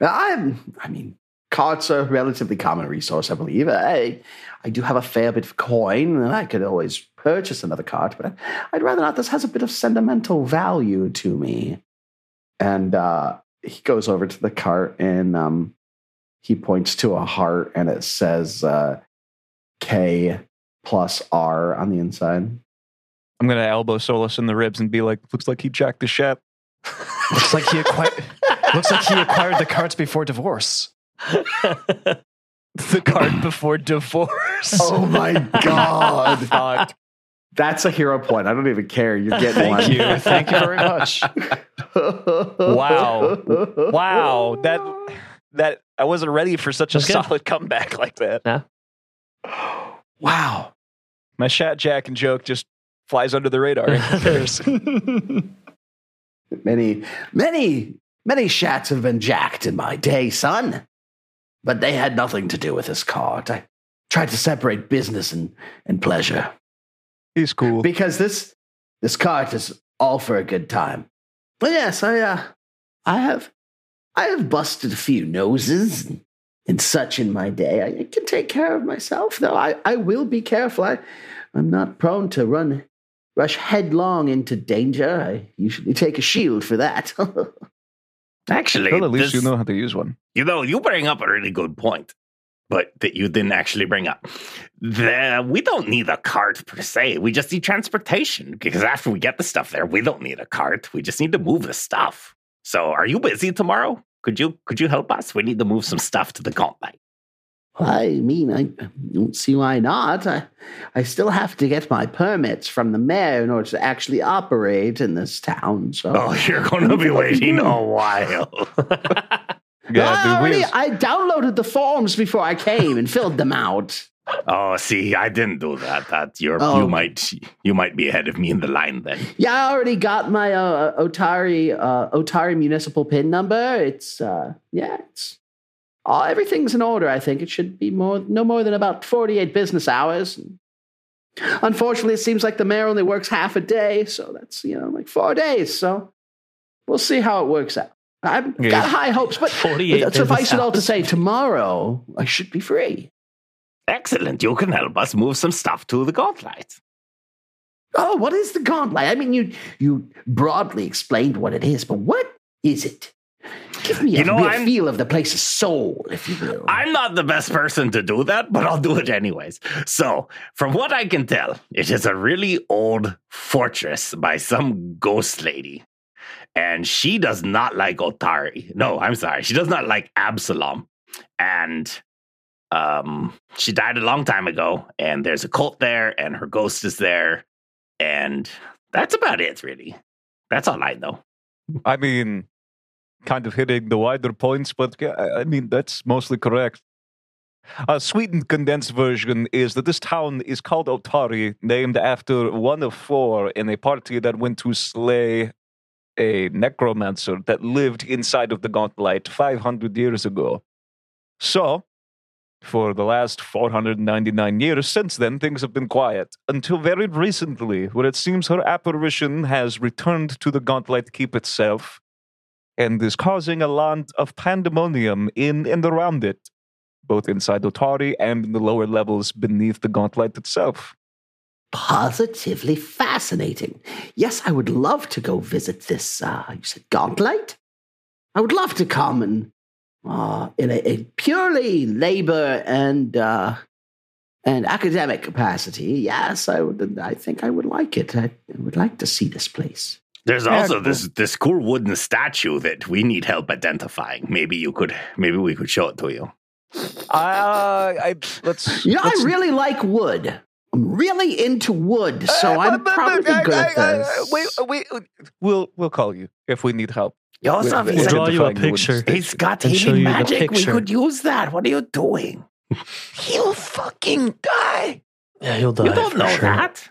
S2: I'm, I mean, cards are a relatively common resource, I believe. I, I do have a fair bit of coin, and I could always purchase another card, but I'd rather not. This has a bit of sentimental value to me. And uh, he goes over to the cart and um, he points to a heart, and it says uh, K plus R on the inside.
S4: I'm gonna elbow Solus in the ribs and be like, "Looks like he jacked the shit."
S7: Looks like he acquired [LAUGHS] looks like he acquired the carts before divorce.
S3: [LAUGHS] the card before divorce.
S2: Oh my God.
S4: Fuck.
S2: [LAUGHS] That's a hero point. I don't even care. You're getting one.
S7: Thank you. Thank you [LAUGHS] very much.
S4: Wow. wow, that that I wasn't ready for such a
S3: That's good.
S4: solid comeback like that.
S2: [LAUGHS] Wow.
S4: My shat jack and joke just flies under the radar. [LAUGHS]
S2: Many, many, many shats have been jacked in my day, son. But they had nothing to do with this card. I tried to separate business and, and pleasure.
S4: He's cool.
S2: Because this this cart is all for a good time. But yes, I uh, I have I have busted a few noses and, and such in my day. I, I can take care of myself though. I, I will be careful. I, I'm not prone to run rush headlong into danger. I usually take a shield for that. [LAUGHS]
S5: Actually,
S4: Well, at least
S5: this-
S4: you know how to use one.
S5: you know, you bring up a really good point. but that you didn't actually bring up. The, we don't need a cart per se. We just need transportation because after we get the stuff there, we don't need a cart. We just need to move the stuff. So, are you busy tomorrow? Could you could you help us? We need to move some stuff to the gauntlet.
S2: I mean, I don't see why not. I, I still have to get my permits from the mayor in order to actually operate in this town. So
S5: Oh, [LAUGHS] you're going to be waiting a while.
S4: Yeah,
S2: I,
S4: dude, we
S2: already,
S4: have-
S2: I downloaded the forms before I came and filled them out.
S5: [LAUGHS] Oh, see, I didn't do that. That you're
S2: Oh.
S5: you might you might be ahead of me in the line then.
S2: Yeah, I already got my uh, Otari uh, Otari municipal pin number. It's uh, yeah, it's all everything's in order. I think it should be more no more than about forty eight business hours. Unfortunately, it seems like the mayor only works half a day, so that's you know like four days. So we'll see how it works out. I've
S4: Yeah.
S2: got high hopes, but
S3: 48
S2: suffice it all to
S3: business
S2: say, tomorrow I should be free.
S5: Excellent. You can help us move some stuff to the gauntlet.
S2: Oh, what is the gauntlet? I mean, you you broadly explained what it is, but what is it? Give me
S5: You
S2: a
S5: know,
S2: real
S5: I'm-
S2: feel of the place's soul, if you will.
S5: I'm not the best person to do that, but I'll do it anyways. So, from what I can tell, it is a really old fortress by some ghost lady. And she does not like Otari. No, I'm sorry. She does not like Absalom. And um, she died a long time ago, and there's a cult there, and her ghost is there. And that's about it, really. That's all I know.
S4: I mean, kind of hitting the wider points, but yeah, I I mean, that's mostly correct. A sweetened condensed version is that this town is called Otari, named after one of four in a party that went to slay a necromancer that lived inside of the gauntlet 500 years ago. So, for the last 499 years since then, things have been quiet until very recently, where it seems her apparition has returned to the Gauntlet Keep itself and is causing a lot of pandemonium in and around it, both inside Otari and in the lower levels beneath the Gauntlet itself.
S2: Positively fascinating. Yes, I would love to go visit this. Uh, you said gauntlet. I would love to come and uh, in a, a purely labor and uh, and academic capacity. Yes, I would. I think I would like it. I, I would like to see this place.
S5: There's
S4: Yeah,
S5: also
S4: cool.
S5: this this cool wooden statue that we need help identifying. Maybe you could maybe we could show it to you.
S4: I, uh, I, let's,
S2: You know,
S4: let's-
S2: I really like wood. I'm really into wood, so
S4: Uh,
S2: I'm
S4: but- but-
S2: probably
S4: I-
S2: good at
S4: I- uh, I-
S2: this.
S4: we, we, we'll, we'll call you if we need help.
S5: You
S4: With-
S5: also
S4: with
S5: he's,
S3: We'll draw you a
S4: identifying the wooden
S3: picture.
S4: statue.
S5: he's got
S3: and show
S5: hidden
S3: you the
S5: magic. We
S3: picture.
S5: could use that. What are you doing?
S4: He'll fucking die.
S3: Yeah, he'll die.
S5: You don't
S3: for
S5: know
S3: sure.
S5: that.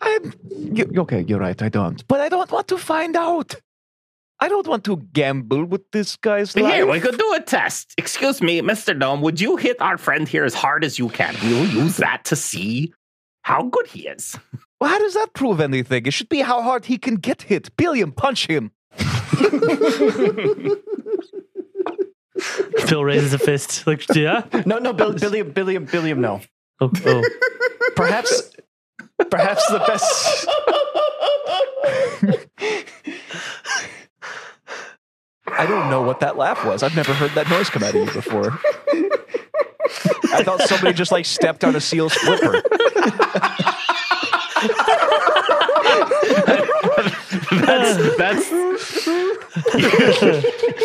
S4: I'm you, okay. You're right. I don't, but I don't want to find out. I don't want to gamble with this guy's life.
S5: Here, we could do a test. Excuse me, Mr. Gnome, would you hit our friend here as hard as you can? We'll use that to see how good he is.
S4: Well, How does that prove anything? It should be how hard he can get hit. Billiam, punch him.
S3: Phil raises a fist. Like, yeah.
S7: No, no, Bill, Billiam, Billiam, Billiam, no.
S3: Oh, oh.
S7: Perhaps, perhaps the best. [LAUGHS]
S4: I don't know what that laugh was. I've never heard that noise come out of you before. I thought somebody just like stepped on a seal's flipper.
S5: That's that's [LAUGHS]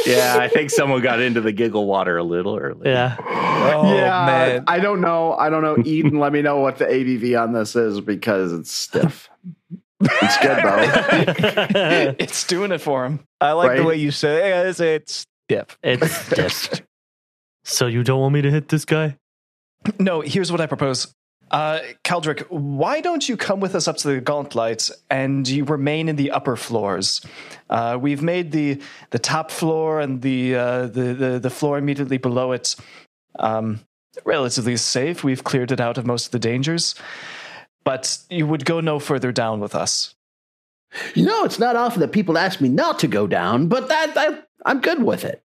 S5: Yeah, I think someone got into the giggle water a little early.
S3: Yeah. [LAUGHS]
S9: [LAUGHS]
S4: Oh man.
S9: I don't know. I don't know. Eden, let me know what the ABV on this is because it's stiff. it's good though.
S4: [LAUGHS]
S7: It's doing it for him.
S4: I like the
S9: Right.
S4: way you say it. It's, it's stiff.
S3: it's just. So you don't want me to hit this guy?
S7: No, here's what I propose. Uh, Caldric, why don't you come with us up to the gauntlet and you remain in the upper floors? Uh, we've made the the top floor and the uh, the, the the floor immediately below it um, relatively safe. We've cleared it out of most of the dangers, but you would go no further down with us.
S2: you know, it's not often that people ask me not to go down, but that, that I'm good with it.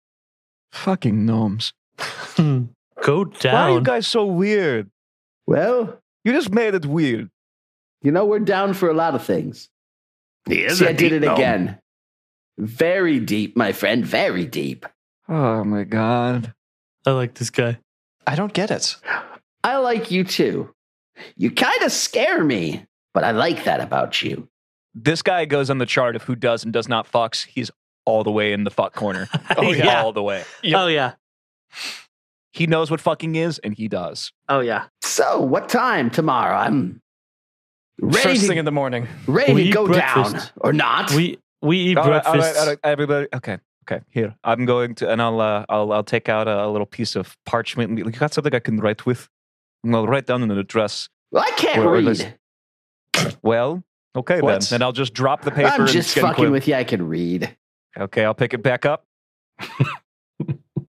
S4: Fucking gnomes.
S3: Hmm. Go
S4: Why are you
S3: down.
S4: guys so weird?
S2: Well,
S4: You just made it weird.
S2: you know, we're down for a lot of things.
S5: He is
S2: See,
S5: a
S2: I did
S5: deep
S2: it
S5: gnome.
S2: again. Very deep, my friend. Very deep.
S4: Oh my god.
S3: I like this guy.
S7: I don't get it.
S2: I like you too. You kind of scare me, but I like that about you.
S4: This guy goes on the chart of who does and does not fucks. He's all the way in the fuck
S2: [LAUGHS]
S4: corner.
S3: Oh, yeah.
S4: all the way.
S3: Oh yeah.
S4: He knows what fucking is, and he does.
S3: Oh yeah.
S2: So, what time tomorrow? I'm ready
S7: First
S2: to,
S7: thing in the morning.
S2: ready
S3: We
S2: to
S3: eat
S2: go down
S3: breakfast.
S2: or not.
S3: We we eat
S4: All right, all right,
S3: breakfast.
S4: all right, everybody. Okay, okay. Here, I'm going to, and I'll, uh, I'll, I'll take out a, a little piece of parchment. You got something I can write with? And I'll write down an address.
S2: Well, I can't
S4: Well, let's-
S2: read.
S4: Well, okay
S7: What?
S4: then. And I'll just drop the paper.
S2: I'm
S4: and
S2: just
S4: skin
S2: fucking
S4: quip.
S2: with you. I can read.
S4: Okay, I'll pick it back up. [LAUGHS]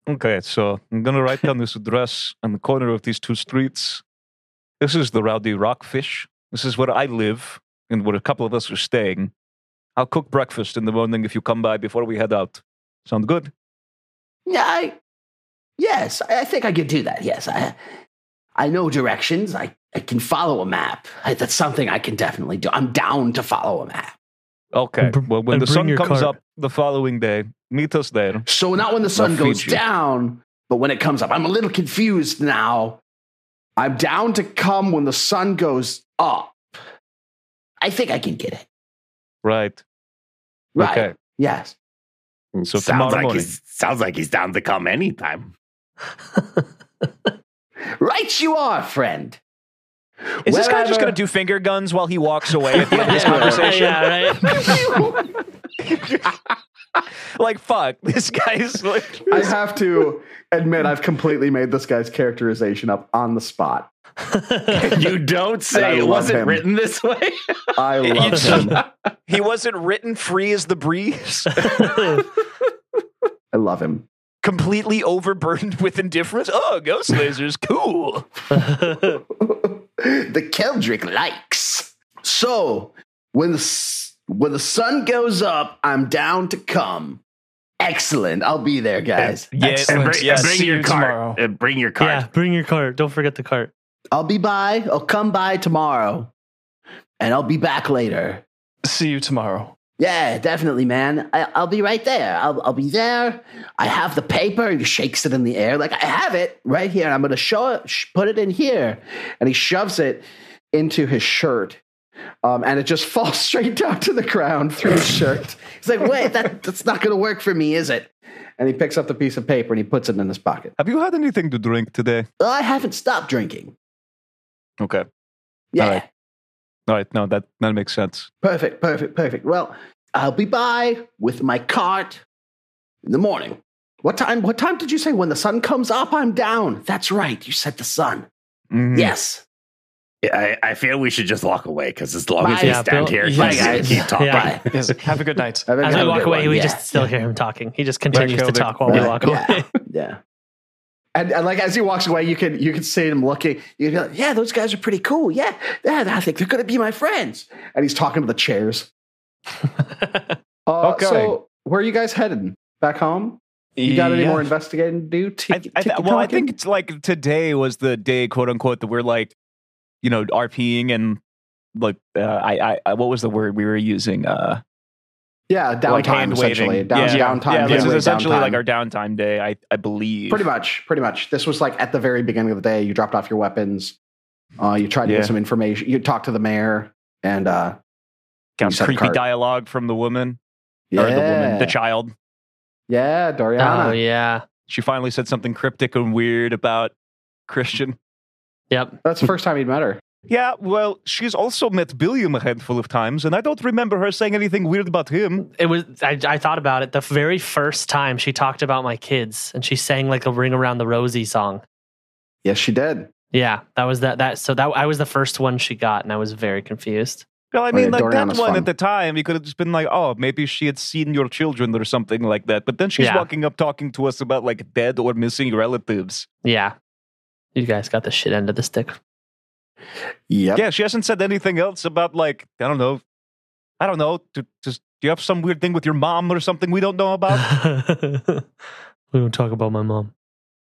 S4: okay, so I'm gonna write down this address on the corner of these two streets. This is the Rowdy Rockfish. This is where I live and where a couple of us are staying. I'll cook breakfast in the morning if you come by before we head out. Sound good?
S2: Yeah, I, yes, I I think I could do that. Yes, I, I know directions. I, I can follow a map. I, that's something I can definitely do. I'm down to follow a map.
S4: Okay.
S3: Br-
S4: Well, when
S3: and
S4: the
S3: bring
S4: sun
S3: your
S4: comes
S3: cart.
S4: up the following day, meet us there.
S2: So not when the sun
S4: They'll
S2: goes
S4: feed you.
S2: down, but when it comes up. I'm a little confused now. I'm down to come when the sun goes up. I think I can get it.
S4: Right.
S2: Right.
S4: Okay.
S2: Yes.
S4: So tomorrow
S5: like
S4: morning.
S5: he's sounds like he's down to come anytime.
S2: Right you are, friend.
S4: Is this guy just
S2: Wherever-
S4: gonna do finger guns while he walks away at the end of this
S3: [LAUGHS] Yeah,
S4: conversation?
S3: yeah, right.
S4: Like fuck, [LAUGHS] this guy's like
S9: I have to admit, I've completely made this guy's characterization up on the spot.
S5: [LAUGHS] you don't
S9: And I
S5: say it
S9: love
S5: wasn't
S9: him.
S5: written this way.
S9: I love
S4: just-
S9: him.
S4: [LAUGHS] He wasn't written free as the breeze, [LAUGHS]
S9: I love him.
S4: completely overburdened [LAUGHS] with indifference. Oh, ghost lasers, cool.
S2: [LAUGHS] the Keldrick likes. So when the s- when the sun goes up, I'm down to come. Excellent. I'll be there, guys.
S4: Yes,
S5: And bring,
S4: yes.
S5: and bring
S7: See
S5: your
S7: you tomorrow.
S5: cart. And bring your cart.
S3: yeah, bring your cart. Don't forget the cart.
S2: I'll be by. I'll come by tomorrow, and I'll be back later.
S7: See you tomorrow.
S2: Yeah, definitely, man. I, I'll be right there. I'll, I'll be there. I have the paper. He shakes it in the air. Like, I have it right here. I'm going to show it, sh- put it in here. And he shoves it into his shirt. Um, and it just [LAUGHS] falls straight down to the ground through his shirt. He's like, wait, that, that's not going to work for me, is it?
S9: And he picks up the piece of paper and he puts it in his pocket.
S4: Have you had anything to drink today?
S2: Well, I haven't stopped drinking.
S4: Okay,
S2: Yeah.
S4: All right. all right. No, that that makes sense.
S2: Perfect, perfect, perfect. Well, I'll be by with my cart in the morning. What time? What time did you say when the sun comes up? I'm down. That's right. You said the sun.
S4: Mhm.
S2: Yes.
S5: I, I feel we should just walk away because as long
S2: Bye.
S5: as we
S3: Yeah,
S5: stand
S3: Bill-
S5: here,
S3: yeah.
S5: he's gonna keep talking.
S3: Yeah.
S2: Bye.
S7: Yes, have a good night.
S9: I think
S3: As we
S9: I have a
S3: walk
S9: good
S3: away,
S9: one.
S3: we
S2: yeah.
S3: just still hear him talking. He just continues to
S4: Kildick.
S3: talk while we
S9: Right,
S3: walk
S2: [LAUGHS] yeah.
S3: away.
S9: Yeah. And, and like as he walks away, you can you can see him looking.
S2: You'd be like, yeah, those guys are pretty cool. Yeah, yeah. I think they're gonna be my friends.
S9: And he's talking to the chairs. Uh,
S4: Okay.
S9: So where are you guys heading? Back home? You got any more investigating to do? T-
S4: I, I th- well, I think it's like today was the day, quote unquote, that we're like, you know, RPing and like, uh, I, I- I, what was the word we were using? Uh,
S9: yeah, downtime
S4: like hand
S9: essentially.
S4: waving.
S9: Down,
S4: yeah.
S9: Downtime.
S4: Yeah, this
S9: hand
S4: is
S9: wave,
S4: essentially
S9: downtime.
S4: like our downtime day. I, I believe.
S9: Pretty much, pretty much. This was like at the very beginning of the day. You dropped off your weapons. Uh, you tried to
S4: Yeah.
S9: get some information. You talked to the mayor, and uh,
S4: Got
S9: You said
S4: creepy
S9: cart.
S4: dialogue from the woman or the woman, the child.
S9: yeah, Doriana.
S3: Oh yeah.
S4: She finally said something cryptic and weird about Christian.
S3: Yep.
S9: That's the first time you'd met her.
S4: Yeah, well, she's also met Billiam a handful of times, and I don't remember her saying anything weird about him.
S3: It was. I, I thought about it. The very first time she talked about my kids, and she sang like a "Ring Around the Rosie" song.
S9: Yes, she did.
S3: Yeah, that was that. That so that I was the first one she got, and I was very confused.
S4: Well, I
S9: Oh, yeah,
S4: mean, like
S9: Doriana's
S4: that one
S9: fun.
S4: at the time, you could have just been like, oh, maybe she had seen your children or something like that. But then she's
S3: Yeah.
S4: walking up talking to us about like dead or missing relatives.
S3: Yeah, you guys got the shit end of the stick.
S9: Yep.
S4: Yeah, she hasn't said anything else about like, I don't know, I don't know, do, does, do you have some weird thing with your mom or something we don't know
S9: [SIGHS]
S4: about?
S3: [LAUGHS] we don't talk about my mom.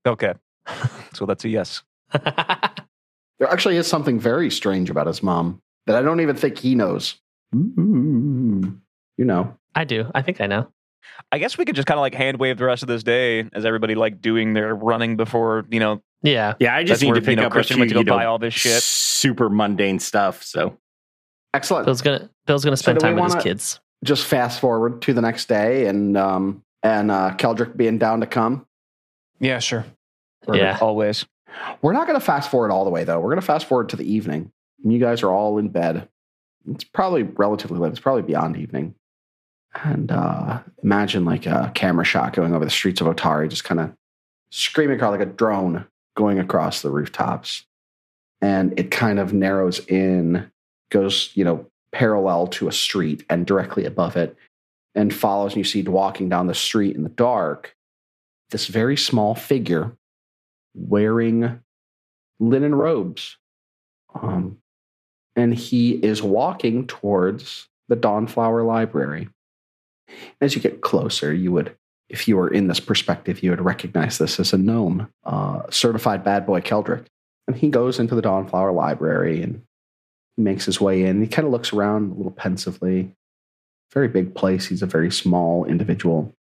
S4: okay. So that's a yes.
S9: There actually is something very strange about his mom that I don't even think he knows. Mm, You know.
S3: [LAUGHS] I do. I think I know.
S4: I guess we could just kind of like hand wave the rest of this day as everybody like doing their running before, you know,
S3: Yeah.
S5: Yeah, I
S4: That's
S5: just need
S4: where,
S5: to pick
S4: you know,
S5: up
S4: Christian
S5: a
S4: went
S5: few,
S4: to go
S5: you know,
S4: buy all this shit.
S5: super mundane stuff. So
S9: Excellent.
S3: Bill's gonna Bill's gonna
S9: So
S3: spend
S9: do we
S3: time with his
S9: wanna-
S3: kids.
S9: Just fast forward to the next day and um and uh Keldrick being down to come.
S7: Yeah, sure.
S3: Yeah.
S4: Always.
S9: We're not gonna fast forward all the way though. We're gonna fast forward to the evening. You guys are all in bed. It's probably relatively late. It's probably beyond evening. And uh imagine like a camera shot going over the streets of Otari, just kind of screaming across like a drone going across the rooftops. And it kind of narrows in, goes, you know, parallel to a street and directly above it, and follows. And you see walking down the street in the dark this very small figure wearing linen robes. Um, and he is walking towards the Dawnflower Library. As you get closer, you would, if you were in this perspective, you would recognize this as a gnome, uh, certified bad boy Keldrick. And he goes into the Dawnflower Library and he makes his way in. He kind of looks around a little pensively. Very big place. He's a very small individual.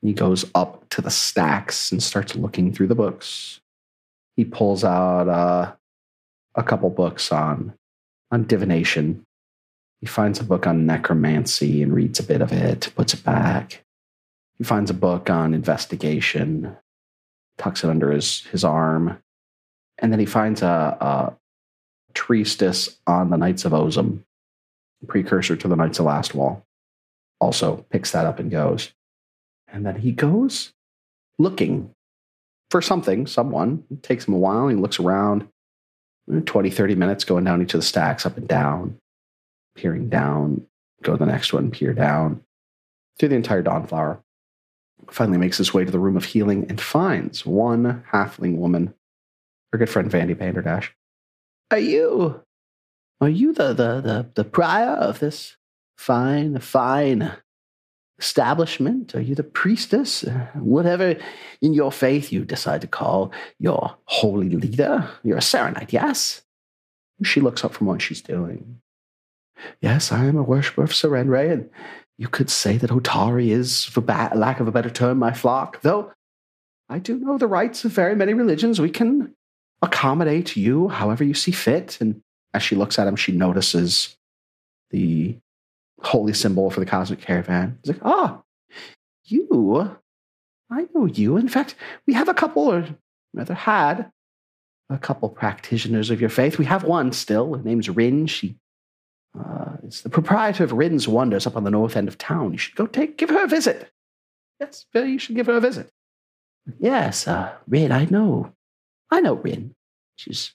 S9: He goes up to the stacks and starts looking through the books. He pulls out uh, a couple books on on divination. He finds a book on necromancy and reads a bit of it, puts it back. He finds a book on investigation, tucks it under his his arm, and then he finds a, a treatise on the Knights of Ozum, precursor to the Knights of Last Wall. Also picks that up and goes. And then he goes looking for something, someone. It takes him a while. He looks around 20, 30 minutes going down each of the stacks, up and down, peering down, go to the next one, peer down, through the entire Dawnflower. Finally makes his way to the Room of Healing and finds one halfling woman, her good friend Vandy Vanderdash.
S2: Are you are you the the the, the prior of this fine fine establishment? Are you the priestess? Whatever in your faith you decide to call your holy leader, you're a Serenite, yes?
S9: She looks up from what she's doing.
S2: Yes, I am a worshiper of Serenre, and you could say that Otari is, for ba- lack of a better term, my flock. Though
S9: I do know the rites of very many religions. We can accommodate you however you see fit. And as she looks at him, she notices the holy symbol for the cosmic caravan. It's like, ah,
S2: you, I know you. In fact, we have a couple, or rather had, a couple practitioners of your faith. We have one still. Her name's Rin. She uh, is the proprietor of Rin's Wonders up on the north end of town. You should go take, give her a visit.
S9: yes, Bill, you should give her a visit.
S2: Yes, uh, Rin, I know. I know Rin. She's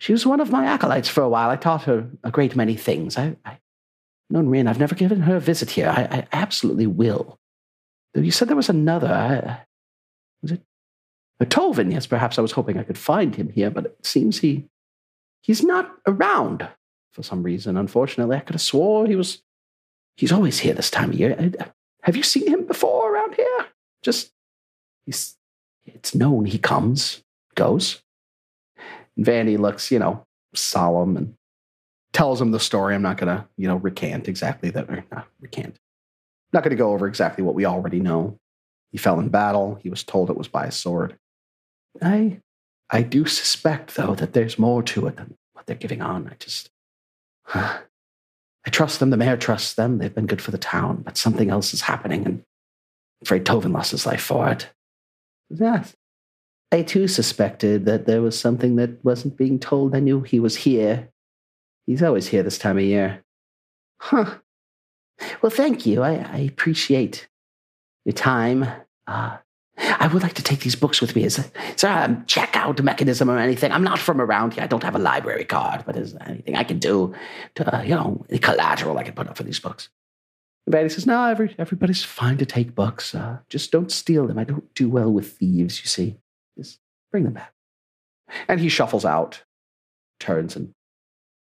S2: she was one of my acolytes for a while. I taught her a great many things. I, I known Rin. I've never given her a visit here. I, I absolutely will. Though you said there was another. I, was it a Tolvin? Yes, perhaps I was hoping I could find him here, but it seems he he's not around for some reason. Unfortunately, I could have swore he was. He's always here this time of year. I- have you seen him before around here? Just he's it's known he comes, goes.
S9: And Vandy looks, you know, solemn and tells him the story. I'm not going to, you know, recant exactly that, or not recant. Not going to go over exactly what we already know. He fell in battle. He was told it was by a sword.
S2: I I do suspect though that there's more to it than what they're giving on. I just I trust them, the mayor trusts them, they've been good for the town, but something else is happening and I'm afraid Tovin lost his life for it. Yes. I too suspected that there was something that wasn't being told. I knew he was here. He's always here this time of year. Huh. Well, thank you. I, I appreciate your time. Uh, I would like to take these books with me. Is, is there a checkout mechanism or anything? I'm not from around here. I don't have a library card, but is there anything I can do to, uh, you know, any collateral I can put up for these books? And Vanny says, no, every, everybody's fine to take books. Uh, just don't steal them. I don't do well with thieves, you see. Just bring them back.
S9: And he shuffles out, turns and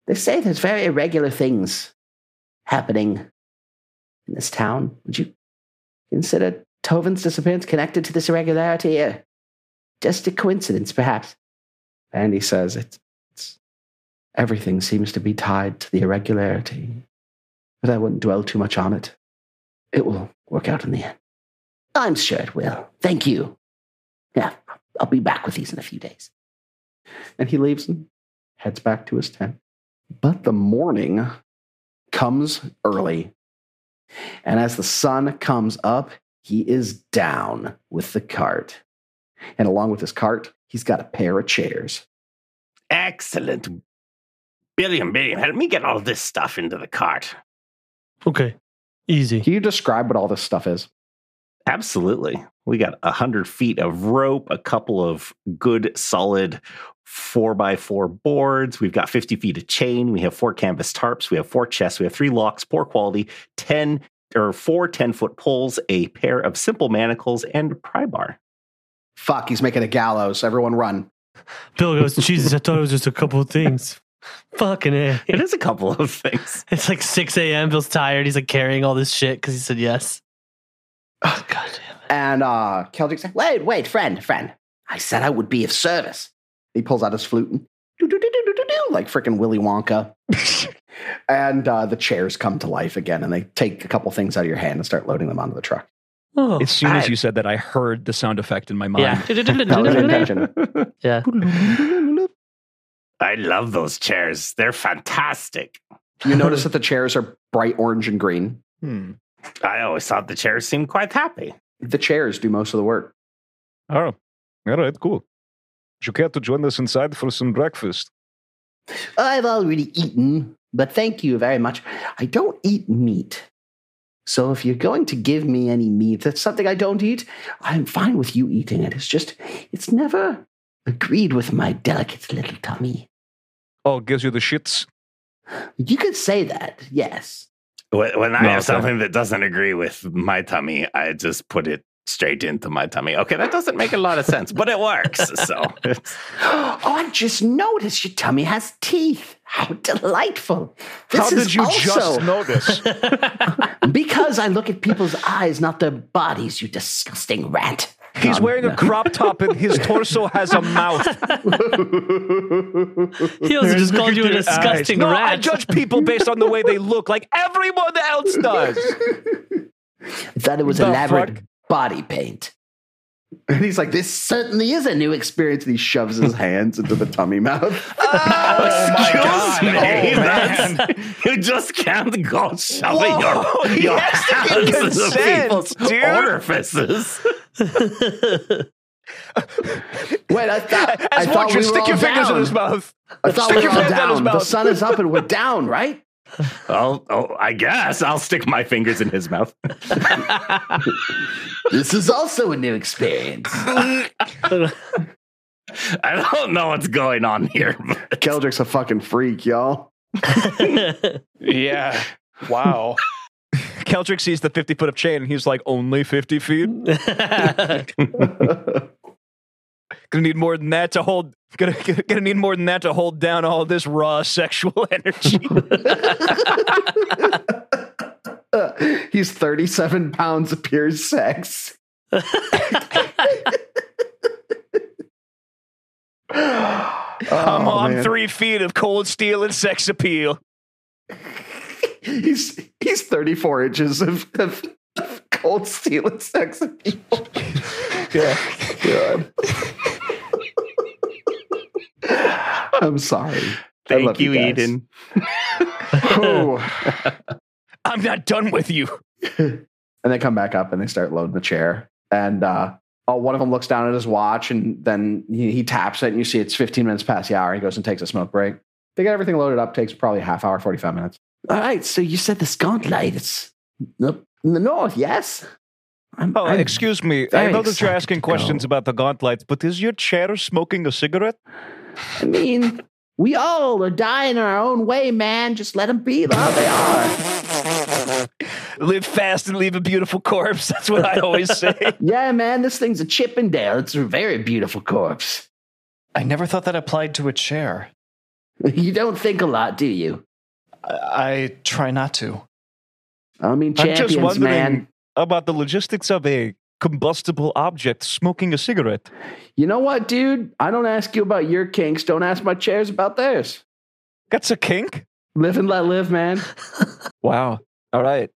S2: They say there's very irregular things happening in this town. Would you consider Tovin's disappearance connected to this irregularity? Uh, just a coincidence, perhaps.
S9: And he says, it's, it's, everything seems to be tied to the irregularity, but I wouldn't dwell too much on it.
S2: It will work out in the end. I'm sure it will. Thank you. Yeah, I'll be back with these in a few days.
S9: and he leaves and heads back to his tent. But the morning comes early. And as the sun comes up, he is down with the cart. And along with his cart, he's got a pair of chairs.
S5: Excellent. Billiam, Billiam, help me get all this stuff into the cart.
S3: Okay. Easy.
S9: Can you describe what all this stuff is?
S5: Absolutely. We got a hundred feet of rope, a couple of good solid four by four boards. We've got 50 feet of chain. We have four canvas tarps. We have four chests. We have three locks, poor quality, 10 or four 10 foot poles, a pair of simple manacles, and a pry bar.
S9: Fuck, he's making a gallows.
S4: [LAUGHS]
S9: Everyone run.
S3: Bill goes, Jesus, I thought it was just a couple of things. [LAUGHS] Fucking it.
S5: It is a couple of [LAUGHS] things.
S3: It's like 6 a.m. Bill's tired. He's like carrying all this shit because he said yes. Oh, God damn it.
S9: And uh,
S2: Keldrick said, Wait, wait, friend, friend. I said I would be of service.
S9: he pulls out his flute and do do do do do do do like freaking Willy Wonka. [LAUGHS] and uh, the chairs come to life again and they take a couple things out of your hand and start loading them onto the truck.
S3: Oh.
S4: As soon as
S5: I-
S4: you said that, I heard the sound effect in
S3: [LAUGHS]
S4: my mind.
S3: yeah.
S9: That
S4: [LAUGHS]
S9: was intentional.
S3: yeah.
S5: I love those chairs. They're fantastic.
S9: You notice that the chairs are bright orange and green.
S10: Hmm.
S5: I always thought the chairs seemed quite happy.
S9: The chairs do most of the work. [LAUGHS]
S4: Oh, all right, cool. Would you care to join us inside for some breakfast?
S2: I've already eaten, but thank you very much. I don't eat meat. So if you're going to give me any meat that's something I don't eat, I'm fine with you eating it. It's just, it's never agreed with my delicate little tummy.
S4: Oh, gives you the shits.
S2: You could say that, yes.
S5: When, when I
S4: No,
S5: have
S4: sorry.
S5: something that doesn't agree with my tummy, I just put it straight into my tummy. Okay, that doesn't make a lot of sense, but it works. So it's-
S2: Oh, I just noticed your tummy has teeth. How delightful. This
S4: How
S2: is
S4: did you
S2: also
S4: just
S9: [LAUGHS]
S4: notice?
S2: because I look at people's eyes, not their bodies, you disgusting rat.
S4: He's
S2: Um,
S4: wearing a crop top and his torso has
S9: [LAUGHS]
S4: a mouth.
S3: He also just called you a disgusting
S4: No, I
S3: rat.
S4: judge people based on the way they look, like everyone else does.
S2: I thought it was
S4: The
S2: elaborate
S4: fuck?
S2: body paint.
S9: And he's like, this certainly is a new experience. And he shoves his hands into the tummy
S4: [LAUGHS]
S9: mouth.
S5: excuse me.
S10: Oh, man.
S5: That's- you just can't go shoving your, your
S4: has to
S5: hands
S4: get
S5: into
S4: consent,
S5: people's
S4: dude.
S5: orifices.
S9: Wait, I thought, [LAUGHS] I
S4: As
S9: thought
S4: Watcher,
S9: we were
S4: stick your
S9: all
S4: fingers in
S9: down.
S4: his mouth.
S9: I thought
S4: Stick
S9: we
S4: your
S9: were all
S4: hand down his
S9: down. The
S4: mouth.
S9: sun is up and we're down, right?
S5: I'll, oh, I guess I'll stick my fingers in his mouth.
S2: This is also a new
S4: [LAUGHS]
S2: experience.
S5: I don't know what's going on here. [LAUGHS] but-
S9: Keldrick's a fucking freak, y'all.
S7: Yeah.
S4: [LAUGHS]
S7: Wow.
S4: Keltrick sees the 50 foot of chain and he's like, only 50 feet? Gonna need more than that to hold. Gonna, gonna need more than that to hold down all this raw [LAUGHS] sexual [LAUGHS] energy.
S9: he's 37 pounds of
S4: [LAUGHS]
S9: pure sex. [LAUGHS]
S4: I'm
S9: Oh,
S4: on
S9: man.
S4: three feet of cold steel and sex appeal.
S9: He's he's
S4: [LAUGHS]
S9: 34 inches of, of cold steel and sex appeal.
S4: Yeah.
S9: God. I'm sorry. I love
S5: Thank
S9: you
S5: you,
S9: guys.
S5: Eden.
S9: Ooh.
S4: I'm not done with you.
S9: and they come back up and they start loading the chair. And uh, oh, one of them looks down at his watch and then he, he taps it and you see it's 15 minutes past the hour. He goes and takes a smoke break. They get everything loaded up. Takes probably a half hour, 45
S4: [LAUGHS]
S9: minutes.
S2: All right, so you said the Gauntlet. It's up in the north, yes? I'm,
S4: Oh,
S2: I'm-
S4: excuse me. I
S2: very
S4: know that you're
S2: excited
S4: asking
S2: to
S4: questions
S2: go.
S4: about the gauntlet, but is your chair smoking a cigarette?
S2: I mean, we all are dying in our own way, man. Just let them be how they are.
S4: Live fast and leave a beautiful corpse. [LAUGHS] That's what I always say.
S2: Yeah, man, this thing's a Chippendale. It's a very beautiful corpse. [LAUGHS]
S7: I never thought that applied to a chair.
S2: You don't think a lot, do you?
S7: I, I try not to.
S2: I mean,
S4: I'm just
S2: champions,
S4: wondering
S2: man.
S4: [LAUGHS] about the logistics of a combustible object smoking a cigarette.
S9: You know what, dude? I don't ask you about your kinks. Don't ask my chairs about theirs.
S4: That's a kink.
S9: Live and let live, man.
S4: Wow. All right.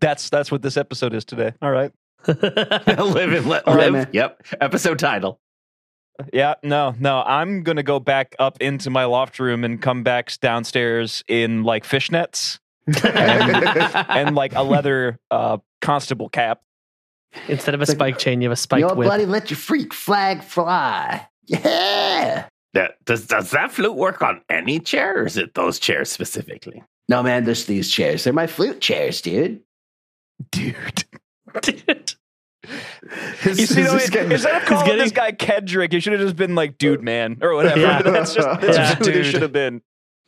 S4: That's that's what
S3: [LAUGHS]
S4: this episode is today. All right.
S5: [LAUGHS]
S9: [LAUGHS]
S5: live and let
S9: All right,
S5: live.
S9: man.
S5: yep. Episode title.
S4: yeah, no, no. I'm gonna go back up into my loft room and come back downstairs in like fishnets and like [LAUGHS] a leather uh, constable cap.
S3: Instead of a spike chain, you have a spiked
S2: Your
S3: whip.
S2: bloody let your freak flag fly. Yeah.
S5: That, does does that flute work on any chair, or is it those chairs specifically?
S2: No, man, there's these chairs. They're my flute chairs, dude.
S4: Dude.
S3: [LAUGHS] Dude.
S9: His, [LAUGHS]
S4: You see,
S9: his-
S4: though,
S9: his-
S4: it- instead of calling this guy Kedrick, you should have just been like, dude, man, or whatever.
S3: Yeah.
S4: [LAUGHS] That's just, that's
S3: Yeah,
S4: just who
S7: dude.
S4: this should have been.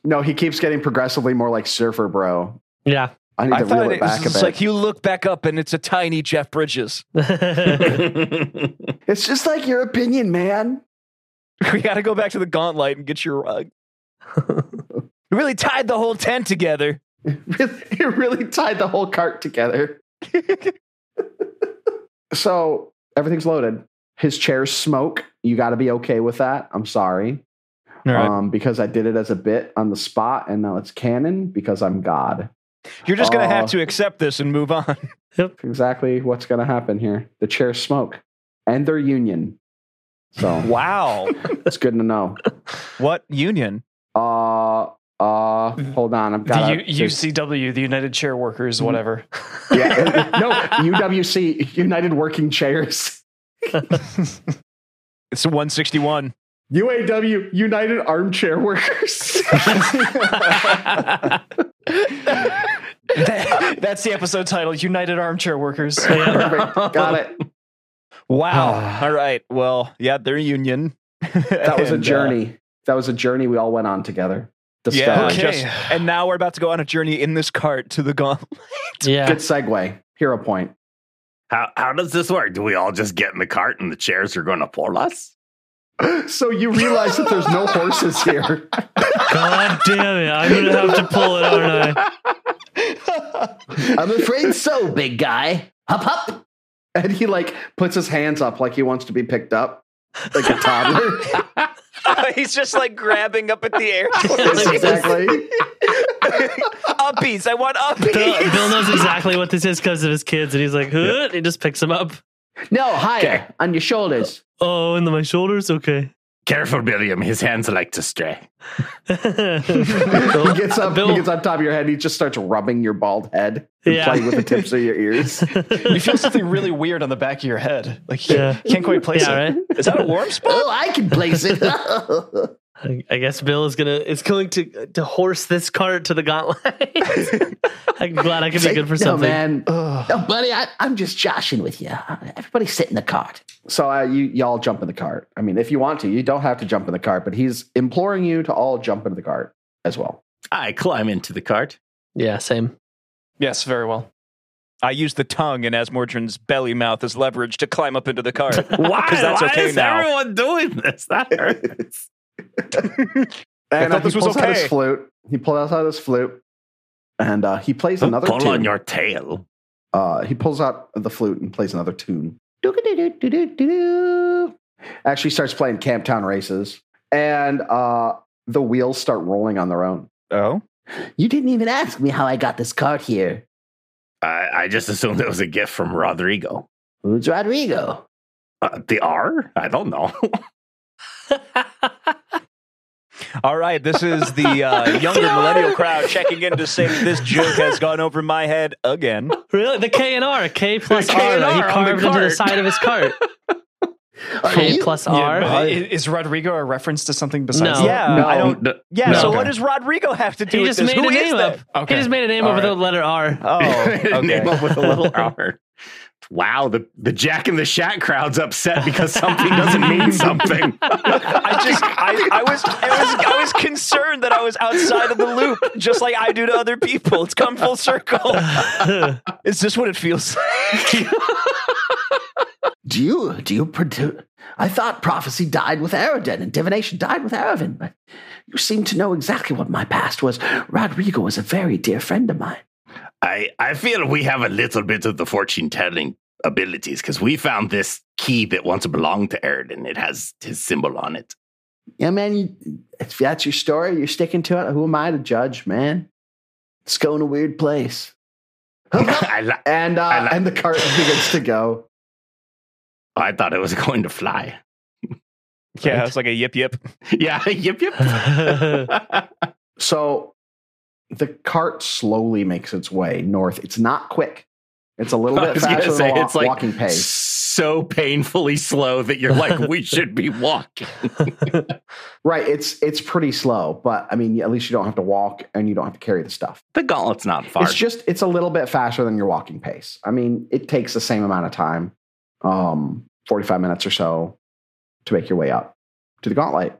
S9: no, he keeps getting progressively more like surfer bro.
S3: Yeah.
S9: I need
S4: I
S9: to reel
S4: thought
S9: it,
S4: it
S9: back
S4: was
S9: a bit.
S4: just like, you look back up and it's a tiny Jeff Bridges. [LAUGHS]
S3: [LAUGHS]
S9: it's just like your opinion, man. [LAUGHS]
S4: We got to go back to the gauntlet and get your rug. we really tied the whole tent together.
S9: Really, it really tied the whole cart together. so everything's loaded. His chairs smoke. You got to be okay with that. I'm sorry.
S4: right.
S9: Um, because I did it as a bit on the spot, and now it's canon because I'm God.
S4: You're just going to
S9: Uh,
S4: have to accept this and move on. [LAUGHS]
S9: Exactly what's going to happen here. The chairs smoke, and they're union. So
S4: Wow.
S9: it's good to know.
S4: what union?
S9: Uh, uh, hold on. I've got
S7: the U- UCW, the United Chair Workers,
S3: Mm. [LAUGHS]
S7: whatever.
S9: Yeah, [LAUGHS] no, UWC, United Working Chairs.
S4: It's a 161.
S9: UAW, United
S2: [LAUGHS]
S9: Armchair Workers.
S7: That- that's the episode title: United Armchair
S3: [LAUGHS]
S7: Workers.
S9: Perfect. Got it.
S7: [SIGHS]
S4: Wow. All right. Well, yeah, they're
S7: [LAUGHS]
S4: union.
S9: That was a
S4: And, uh,
S9: journey. that was a journey we all went on together.
S4: yeah.
S9: Discovery.
S7: Okay.
S4: just- and now we're about to go on a journey in this cart to the [LAUGHS] gauntlet.
S3: Yeah.
S9: Good segue. Hero
S4: [LAUGHS]
S9: point.
S5: how how does this work? Do we all just get in the cart and the chairs are going to pull us?
S9: So you realize that there's no horses here.
S3: God damn it. I'm going to have to pull it, aren't
S9: [LAUGHS]
S3: I?
S2: I'm afraid so, Oh, big guy. Hop, hop.
S9: And he like puts his hands up like he wants to be picked up. Like a
S4: [LAUGHS]
S9: toddler.
S4: He's just like grabbing up at the [LAUGHS] air.
S9: exactly.
S4: uppies. I want
S3: Bill,
S4: uppies.
S3: Bill knows exactly what this is because of his kids, and he's like, huh? He just picks him up.
S9: No, higher. On your shoulders.
S3: Oh, into my shoulders?
S9: [LAUGHS]
S3: Okay.
S5: Careful, William. His hands like
S4: [LAUGHS]
S5: to stray.
S9: He
S3: Bill,
S9: gets up,
S3: Bill-
S9: he gets on top of your head, he just starts rubbing your bald
S2: [LAUGHS]
S9: head and
S3: Yeah.
S9: playing with the tips of your ears.
S7: [LAUGHS]
S3: [LAUGHS]
S7: you feel something really weird on the back of your head, like you
S3: Yeah.
S7: can't quite place
S3: yeah,
S7: it.
S3: right?
S4: Is that a warm spot? [LAUGHS]
S2: Oh, I can place
S9: [LAUGHS]
S2: it.
S3: I, I guess Bill is gonna is going to to horse this cart to the gauntlet. [LAUGHS] I'm glad I can be good for
S2: no,
S3: something.
S2: man.
S7: Ugh.
S2: No, buddy, I, I'm just joshing with you. Everybody sit in the cart.
S9: So uh, you y'all jump in the cart. I mean, if you want to, you don't have to jump in the cart, but he's imploring you to all jump into the cart as well.
S5: I climb into the cart.
S3: Yeah, same.
S7: Yes, very well.
S4: I use the tongue in Asmordran's belly mouth as leverage to climb up into the cart.
S7: [LAUGHS]
S5: Why?
S4: Because that's
S5: Why
S4: okay
S5: is
S4: now.
S5: everyone doing this?
S4: [LAUGHS]
S5: That hurts.
S4: thought
S9: And uh, he
S4: this was
S9: pulls out his
S4: okay.
S9: flute. He pulls out his flute, and uh, he plays another
S5: Pull
S9: tune.
S5: on your tail.
S9: uh, he pulls out the flute and plays another tune. Actually, starts playing Camptown Races, and uh, the wheels start rolling on their own.
S4: Oh.
S2: You didn't even ask me how I got this cart here.
S5: I, I just assumed it was a gift from Rodrigo.
S2: Who's Rodrigo?
S5: Uh, the R? I
S4: [LAUGHS]
S5: don't know.
S4: All right. This is
S3: [LAUGHS]
S4: the uh, younger millennial crowd checking in to say that this joke has gone over my head again.
S3: Really, the K and R, K plus
S4: K
S3: R.
S4: and
S3: He
S4: R on the
S3: carved into the
S4: cart.
S3: side of his
S4: [LAUGHS]
S3: cart.
S2: Are
S3: K
S2: you-
S3: plus
S7: Yeah,
S3: R.
S7: but i- is Rodrigo a reference to something besides?
S3: No.
S4: Yeah.
S9: No.
S4: I don't.
S5: [LAUGHS]
S4: Yeah.
S9: No.
S4: So
S9: Okay.
S4: what does Rodrigo have to do
S3: he
S4: with
S3: just
S4: this?
S3: made
S4: Who
S3: a
S4: is
S3: name
S4: that?
S3: up. He just made a name over the letter
S4: [LAUGHS]
S3: R.
S4: Oh.
S5: Name
S4: Okay.
S5: up with
S4: [LAUGHS]
S5: a little R. Wow, the, the Jack and the Shack crowd's upset because something doesn't mean
S4: [LAUGHS]
S5: something.
S4: I just I, I was I was I was concerned that I was outside of the loop, just like I do to other people. It's come full circle. Is this what it feels like?
S2: Do you do you produ I thought prophecy died with Aerodin and divination died with Aravin, but you seem to know exactly what my past was. Rodrigo was a very dear friend of mine.
S5: I, I feel we have a little bit of the fortune telling abilities because we found this key that once belonged to Eridan. It has his symbol on it.
S2: Yeah, man, you, if that's your story, you're sticking to it. Who am I to judge, man? It's going a weird place. [LAUGHS]
S5: [LAUGHS] I, li-
S9: And uh,
S5: I like-
S9: and the cart begins to go.
S5: oh, [LAUGHS] I thought it was going to fly.
S4: Yeah, it's like a yip yip.
S5: Yeah, [LAUGHS] yep, yep.
S9: [LAUGHS] So the cart slowly makes its way north. It's not quick. It's a
S5: [LAUGHS]
S9: little
S5: I
S9: bit
S5: was gonna
S9: faster
S5: say,
S9: than a wa-
S5: it's like-
S9: walking pace.
S5: so painfully slow that you're like,
S9: [LAUGHS]
S5: we should be walking.
S9: Right. It's it's pretty slow, but I mean, at least you don't have to walk and you don't have to carry the stuff.
S5: The gauntlet's not far.
S9: It's just it's a little bit faster than your walking pace. I mean, it takes the same amount of time, um, forty five minutes or so, to make your way up to the gauntlet.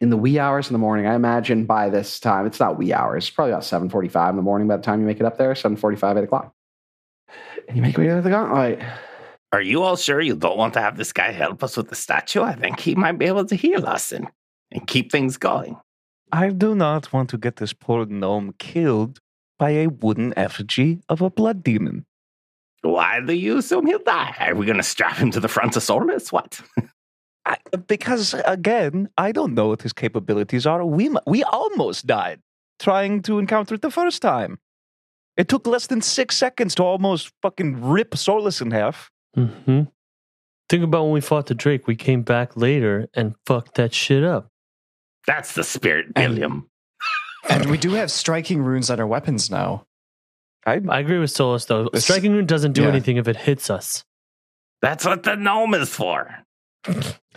S9: In the wee hours in the morning, I imagine by this time it's not wee hours. It's probably about seven forty five in the morning by the time you make it up there. Seven forty five, eight o'clock. And you make your way to the gauntlet.
S5: Are you all sure you don't want to have this guy help us with the statue? I think he might be able to heal us and, and keep things going.
S4: I do not want to get this poor gnome killed by a wooden effigy of a blood demon.
S5: Why do you assume he'll die? Are we going to strap him to the Frontosaurus? What?
S4: I, because again, I don't know what his capabilities are. We mu- we almost died trying to encounter it the first time. It took less than six seconds to almost fucking rip Solus in half.
S3: hmm Think about when we fought the Drake. We came back later and fucked that shit up.
S5: That's the spirit, William.
S7: And we do have striking runes on our weapons now.
S4: I
S3: I agree with Solus though.
S7: This-
S3: Striking rune doesn't do
S7: yeah.
S3: anything if it hits us.
S5: That's what the gnome is for.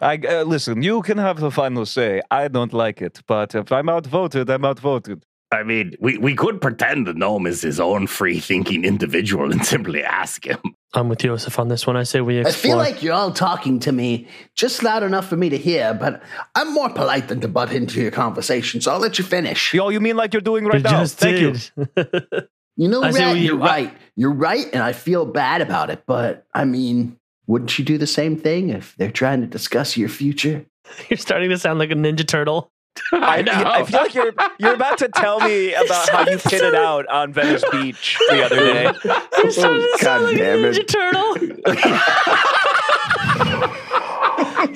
S4: I uh, listen. You can have the final say. I don't like it, but if I'm outvoted, I'm outvoted.
S5: I mean, we, we could pretend the gnome is his own free thinking individual and [LAUGHS] simply ask him.
S3: I'm with Joseph on this one. I say we
S2: I
S3: explore.
S2: feel like you're all talking to me just loud enough for me to hear, but I'm more polite than to butt into your conversation, so I'll let you finish.
S4: Yo, you mean like you're doing right
S3: We
S4: now?
S3: just
S4: Thank you.
S3: did.
S2: You know,
S3: I say
S2: Rat,
S3: we-
S2: you're
S3: I-
S2: right. You're right, and I feel bad about it, but I mean, wouldn't you do the same thing if they're trying to discuss your future?
S3: [LAUGHS] You're starting to sound like a Ninja Turtle.
S4: I, know. I feel like you're you're about to tell [LAUGHS] me about how you pitted out on Venice Beach the [LAUGHS] other day.
S3: You're starting to sound
S9: Oh, God
S3: like a
S9: damn it.
S3: Ninja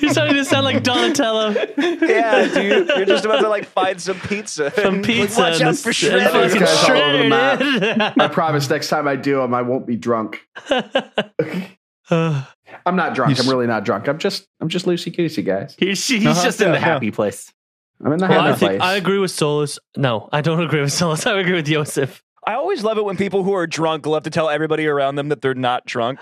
S3: Turtle. [LAUGHS] You're starting to sound like Donatello
S4: Yeah, dude, you're just about to like find some pizza.
S3: from Pizza.
S2: watch
S3: and
S2: out
S3: the-
S2: for
S3: and
S2: Shredder.
S3: fucking
S9: This guy's all over the
S3: Shredder. [LAUGHS]
S9: I promise next time I do them, I won't be drunk. [SIGHS]
S3: Uh,
S9: I'm not drunk.
S11: You s-
S9: I'm really not drunk. I'm just I'm just loosey goosey, guys.
S5: He's, he's
S4: Uh-huh.
S5: just in the happy place.
S9: I'm in the
S3: well, I,
S9: happy
S3: think,
S9: place.
S3: I agree with Solus. No, I don't agree with Solus. [LAUGHS] I agree with Joseph.
S4: I always love it when people who are drunk love to tell everybody around them that they're not drunk.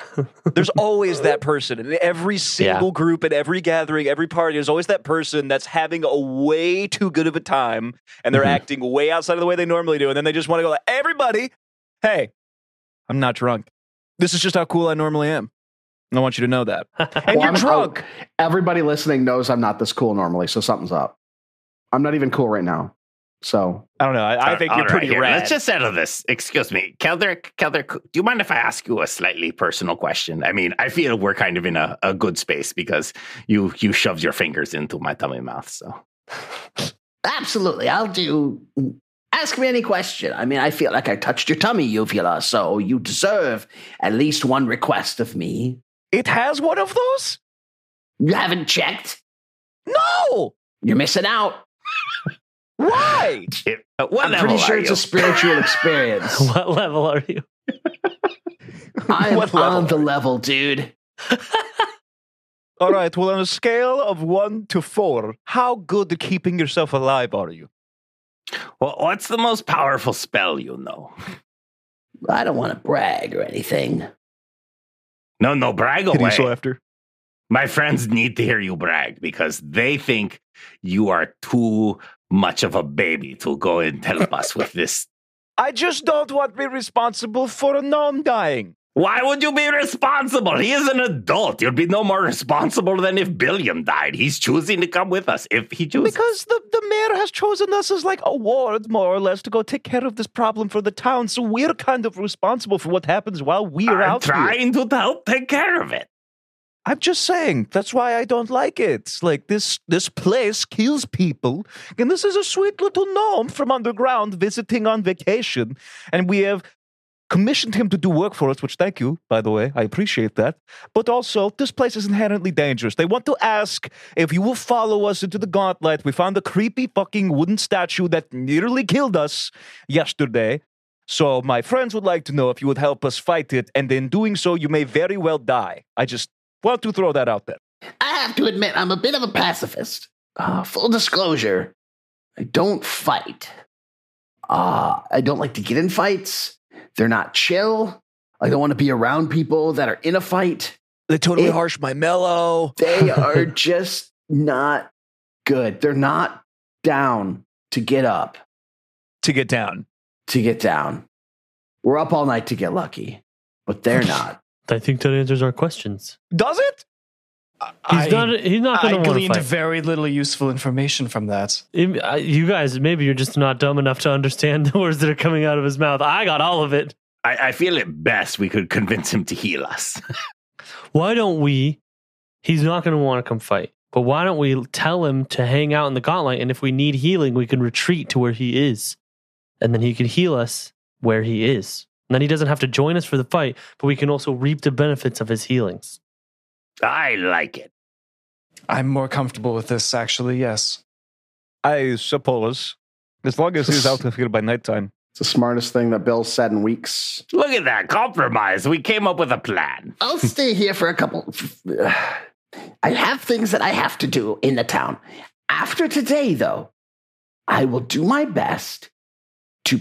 S4: There's always that person in every single group, in every gathering, every party. There's always that person that's having a way too good of a time and they're acting way outside of the way they normally do. And then they just want to go like, everybody, hey, I'm not drunk. This is just how cool I normally am. And I want you to know that. And
S9: Well,
S4: you're
S9: I'm-
S4: drunk.
S9: everybody listening knows I'm not this cool normally, so something's up. I'm not even cool right now. So
S4: I don't know. I, I think
S5: All
S4: you're
S5: right,
S4: pretty
S5: here,
S4: rad.
S5: Let's just settle this. Excuse me, Keldrick. Keldrick, do you mind if I ask you a slightly personal question? I mean, I feel we're kind of in a, a good space because you you shoved your fingers into my tummy mouth. So
S2: Absolutely, I'll do. Ask me any question. I mean, I feel like I touched your tummy, uvula, so you deserve at least one request of me.
S4: it has one of those?
S2: You haven't checked?
S4: No.
S2: You're missing out.
S4: Why?
S5: It- uh, what
S2: I'm pretty
S5: level
S2: sure
S5: are
S2: it's
S5: you?
S2: a spiritual
S5: [LAUGHS]
S2: experience.
S3: What level are you?
S2: I am
S4: What level
S2: on the level, dude.
S4: [LAUGHS] All right. Well, on a scale of one to four, how good at keeping yourself alive are you?
S5: Well, what's the most powerful spell you know?
S2: I don't want to brag or anything.
S5: No, no, brag
S4: Can you
S5: away.
S4: so after?
S5: My friends need to hear you brag because they think you are too much of a baby to go and
S4: [LAUGHS]
S5: help us with this.
S4: I just don't want to be responsible for a gnome dying.
S5: Why would you be responsible? He is an adult. You'd be no more responsible than if Billiam died. He's choosing to come with us if he chooses.
S4: Because the, the mayor has chosen us as like a ward, more or less, to go take care of this problem for the town. So we're kind of responsible for what happens while we're
S5: I'm
S4: out here.
S5: trying to help take care of it.
S4: I'm just saying. That's why I don't like it. Like this, this place kills people, and this is a sweet little gnome from underground visiting on vacation, and we have commissioned him to do work for us. Which, thank you, by the way, I appreciate that. But also, this place is inherently dangerous. They want to ask if you will follow us into the gauntlet. We found a creepy fucking wooden statue that nearly killed us yesterday. So, my friends would like to know if you would help us fight it, and in doing so, you may very well die. I just want to throw that out there.
S2: I have to admit, I'm a bit of a pacifist. Uh, full disclosure, I don't fight. Uh, I don't like to get in fights. They're not chill. I don't want to be around people that are in a fight.
S12: They totally
S2: It-
S12: harsh my mellow.
S2: They are
S12: are
S2: just not good. They're not down to get up,
S12: to get down.
S2: to get down. We're up all night to get lucky, but they're not.
S3: I think that answers our questions.
S12: Does it?
S3: He's
S7: I-
S3: not. He's not
S7: I
S3: going to want to
S7: gleaned
S3: fight.
S7: very little useful information from that.
S3: Im- I- you guys, maybe you're just not dumb enough to understand [LAUGHS] the words that are coming out of his mouth. I got all of it.
S5: I, I feel at best we could convince him to heal us. [LAUGHS]
S3: Why don't we? He's not going to want to come fight. But why don't we tell him to hang out in the gauntlet? And if we need healing, we can retreat to where he is. And then he can heal us where he is. And then he doesn't have to join us for the fight, but we can also reap the benefits of his healings.
S5: I like it.
S7: I'm more comfortable with this, actually, yes.
S12: I suppose. As long as [LAUGHS] he's out of here by [LAUGHS] nighttime.
S9: It's the smartest thing that Bill said in weeks.
S5: Look at that compromise. We came up with a plan.
S2: I'll stay here for a couple. I have things that I have to do in the town. After today, though, I will do my best to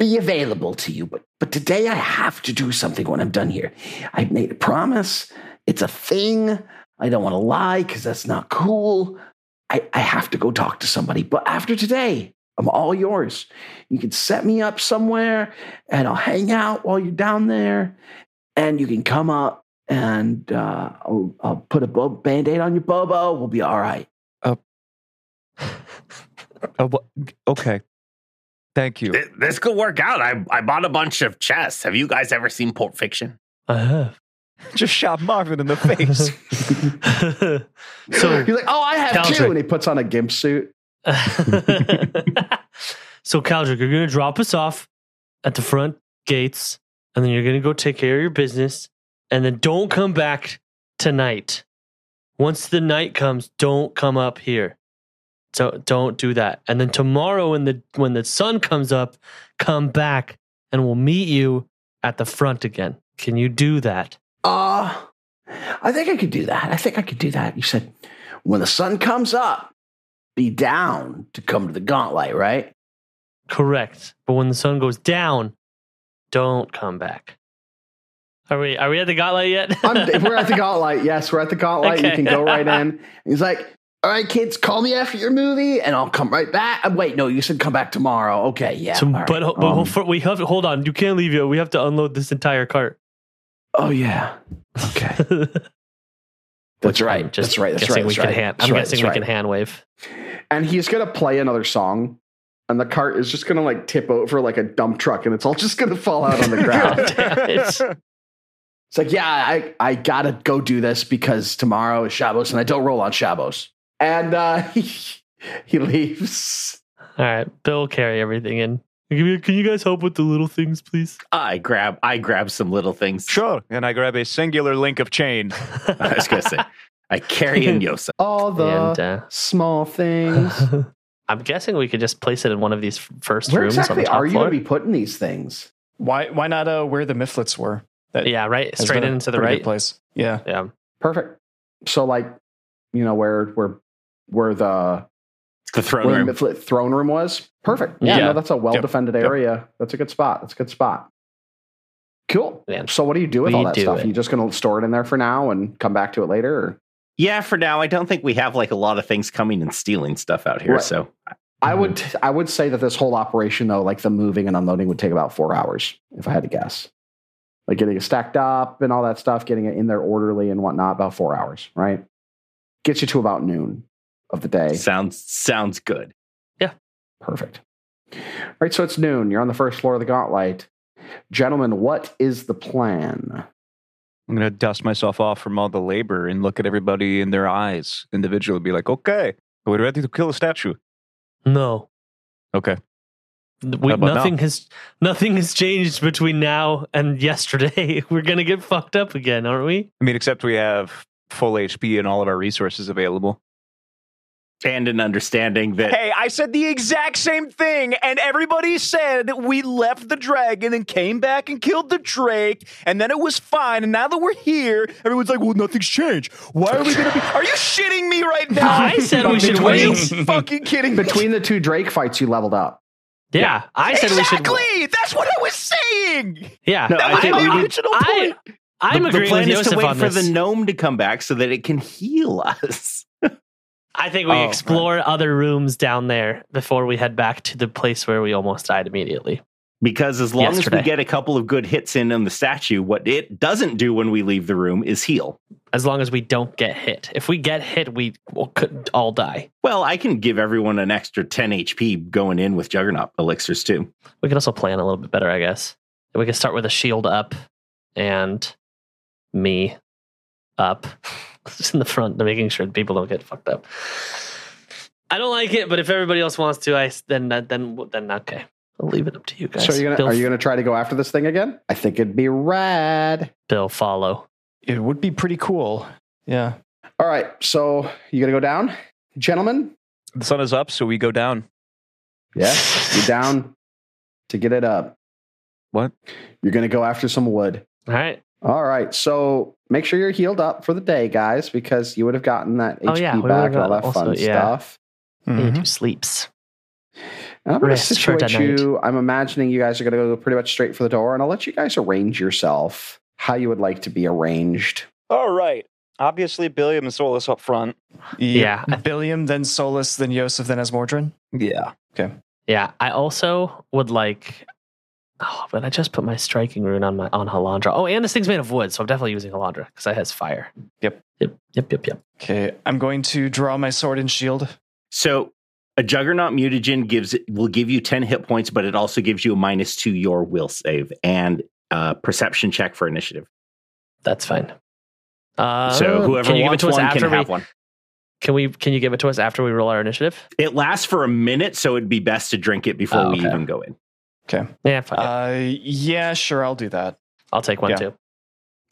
S2: be available to you. But, but today I have to do something when I'm done here. I made a promise. It's a thing. I don't want to lie because that's not cool. I, I have to go talk to somebody. But after today, I'm all yours. You can set me up somewhere and I'll hang out while you're down there and you can come up and uh, I'll, I'll put a bo- band-aid on your bobo we'll be all right
S12: Uh, wh- okay. Thank you.
S5: Th- This could work out. I, I bought a bunch of chess. Have you guys ever seen Pulp Fiction?
S3: I have.
S12: Just shot Marvin in the
S3: [LAUGHS]
S5: [LAUGHS]
S12: face.
S3: so
S9: He's like, oh, I have
S3: Calendric.
S9: two. And he puts on a gimp suit.
S3: [LAUGHS] so Caldrick, you're gonna drop us off at the front gates, and then you're gonna go take care of your business, and then don't come back tonight. Once the night comes, don't come up here. So don't do that. And then tomorrow when the when the sun comes up, come back and we'll meet you at the front again. Can you do that?
S2: uh i think i could do that i think i could do that you said when the sun comes up be down to come to the gauntlet right
S3: Correct. But when the sun goes down, don't come back. Are we are we at the gauntlet yet?
S9: [LAUGHS] I'm,
S3: [LAUGHS]
S9: we're at the gauntlet. Yes, we're at the gauntlet. You
S3: Okay.
S9: can go
S3: [LAUGHS]
S9: right in.
S2: he's like all right kids call me after your movie and i'll come right back Uh, wait no you said come back tomorrow okay yeah
S3: So,
S2: all right.
S3: but but
S2: Um,
S3: for- we have hold on. You can't leave yet. We have to unload this entire cart. [LAUGHS]
S2: oh yeah okay that's right
S3: Just
S2: that's right that's
S3: guessing
S2: right
S3: we
S2: that's right.
S3: can hand.
S2: That's
S3: I'm
S2: right,
S3: guessing
S2: that's
S3: we
S2: right.
S3: can hand wave.
S9: And he's going to play another song. And the cart is just going to like tip over like a dump truck and it's all just going to fall out
S3: [LAUGHS]
S9: on the ground.
S5: [LAUGHS]
S2: It's like, yeah, I, I gotta go do this because tomorrow is Shabbos and I don't roll on Shabbos. [LAUGHS]
S9: and uh, he, he leaves.
S3: All right, Bill, carry everything in. Can you- can you guys help with the little things,
S2: [LAUGHS]
S3: please?
S5: I grab I grab some little things.
S12: sure. And I grab a singular link of chain.
S5: [LAUGHS] I was gonna say I carry in Yosa.
S9: All
S3: [LAUGHS]
S9: the
S3: and uh,
S9: small things.
S3: [LAUGHS] I'm guessing we could just place it in one of these f- first
S9: Where
S3: rooms on
S9: exactly
S3: the top
S9: are you
S3: floor.
S9: going to be putting these things?
S7: Why why not uh, where the Mifflets were? That
S3: yeah, right.
S7: has
S3: Straight
S7: been a
S3: into the
S7: pretty good
S3: right.
S7: place. Yeah.
S3: Yeah.
S9: Perfect. So like, you know where where where the
S5: The throne
S9: where the
S5: room.
S9: Mifflin throne room was. Perfect. Yeah,
S3: Yeah.
S9: no, that's a well defended
S7: Yep.
S9: area. That's a good spot. That's a good spot. Cool.
S3: Yeah.
S9: So what do you do with
S3: We
S9: all that
S3: do
S9: stuff?
S3: it.
S9: Are you just going to store it in there for now and come back to it later? Or?
S5: Yeah, for now, I don't think we have like a lot of things coming and stealing stuff out here.
S9: Right.
S5: So
S9: I would
S3: Mm-hmm.
S9: I would say that this whole operation though, like the moving and unloading, would take about four hours if I had to guess. Like getting it stacked up and all that stuff, getting it in there orderly and whatnot, about four hours, right? Gets you to about noon of the day.
S5: sounds sounds good.
S9: Perfect. All right, so it's noon. You're on the first floor of the Gauntlet. Gentlemen, what is the plan?
S12: I'm going to dust myself off from all the labor and look at everybody in their eyes individually and be like, okay, are we ready to kill a statue?
S3: No.
S12: Okay.
S3: We,
S12: How about
S3: nothing
S12: now?
S3: has nothing has changed between now and yesterday. [LAUGHS] We're gonna get fucked up again, aren't we?
S12: I mean, except we have full HP and all of our resources available.
S5: and an understanding that
S12: Hey, I said the exact same thing, and everybody said we left the dragon and came back and killed the drake, and then it was fine. And now that we're here, everyone's like, "Well, nothing's changed. Why are we gonna be? Are you shitting me right now?
S3: I said [LAUGHS] we should
S12: Are you
S3: wait.
S12: fucking kidding me?
S9: Between the two Drake fights, you leveled up.
S3: Yeah, I said we should.
S12: Exactly. That's what I was saying.
S3: Yeah,
S5: No, I
S3: I'm-
S5: think we
S3: I'm-
S5: need-
S3: I, I'm
S5: the, the
S3: agreeing with
S5: plan is to
S3: Joseph
S5: wait
S3: on
S5: for
S3: this.
S5: the gnome to come back so that it can heal [LAUGHS] us.
S3: I think we
S5: Oh,
S3: explore other rooms down there before we head back to the place where we almost died immediately.
S5: Because as long as
S3: Yesterday.
S5: we get a couple of good hits in on the statue, what it doesn't do when we leave the room is heal.
S3: As long as we don't get hit. If we get hit, we will, could all die.
S5: Well, I can give everyone an extra 10 HP going in with Juggernaut elixirs too.
S3: We could also plan a little bit better, I guess. We could start with a shield up and me up. [LAUGHS] Just in the front, making sure people don't get fucked up. I don't like it, but if everybody else wants to, I s- then then then okay. I'll leave it up to you guys.
S9: So are you gonna
S3: Bill,
S9: are you gonna try to go after this thing again? I think it'd be rad.
S3: Bill follow?
S7: It would be pretty cool. Yeah.
S9: All right, so you gonna go down, gentlemen?
S4: The sun is up, so we go down.
S9: Yeah,
S3: [LAUGHS]
S9: you're down to get it up.
S4: What?
S9: You're gonna go after some wood.
S3: All right.
S9: All right, so make sure you're healed up for the day, guys, because you would have gotten that HP
S3: Oh, yeah, we would have
S9: back and all that
S3: gotten-
S9: fun
S3: also, yeah.
S9: stuff.
S3: I need
S7: Mhm.
S3: to do sleeps.
S9: And I'm gonna
S3: Rest for
S9: situate
S3: tonight.
S9: you. I'm imagining you guys are gonna go pretty much straight for the door, and I'll let you guys arrange yourself how you would like to be arranged.
S4: All right. Obviously, Billiam and Solus up front.
S3: Yeah, I-
S7: Billiam, then Solus, then Yosef, then Asmordran.
S4: Yeah.
S3: Yeah, I also would like. Oh, but I just put my striking rune on my on Halandra. Oh, and this thing's made of wood, so I'm definitely using Halandra because it has fire.
S7: Yep.
S3: Yep. Yep. Yep. Yep.
S7: Okay, I'm going to draw my sword and shield.
S5: So a Juggernaut mutagen gives will give you 10 hit points, but it also gives you a minus to your will save and a perception check for initiative.
S3: That's fine. Uh,
S5: so whoever
S3: can you give it
S5: wants
S3: to us
S5: one
S3: after
S5: can
S3: we,
S5: have one.
S3: Can we? Can you give it to us after we roll our initiative?
S5: It lasts for a minute, so it'd be best to drink it before
S3: Oh,
S5: we
S3: okay.
S5: even go in.
S3: Yeah, fine.
S7: Uh, yeah, sure, I'll do that.
S3: I'll take one
S7: yeah.
S3: too.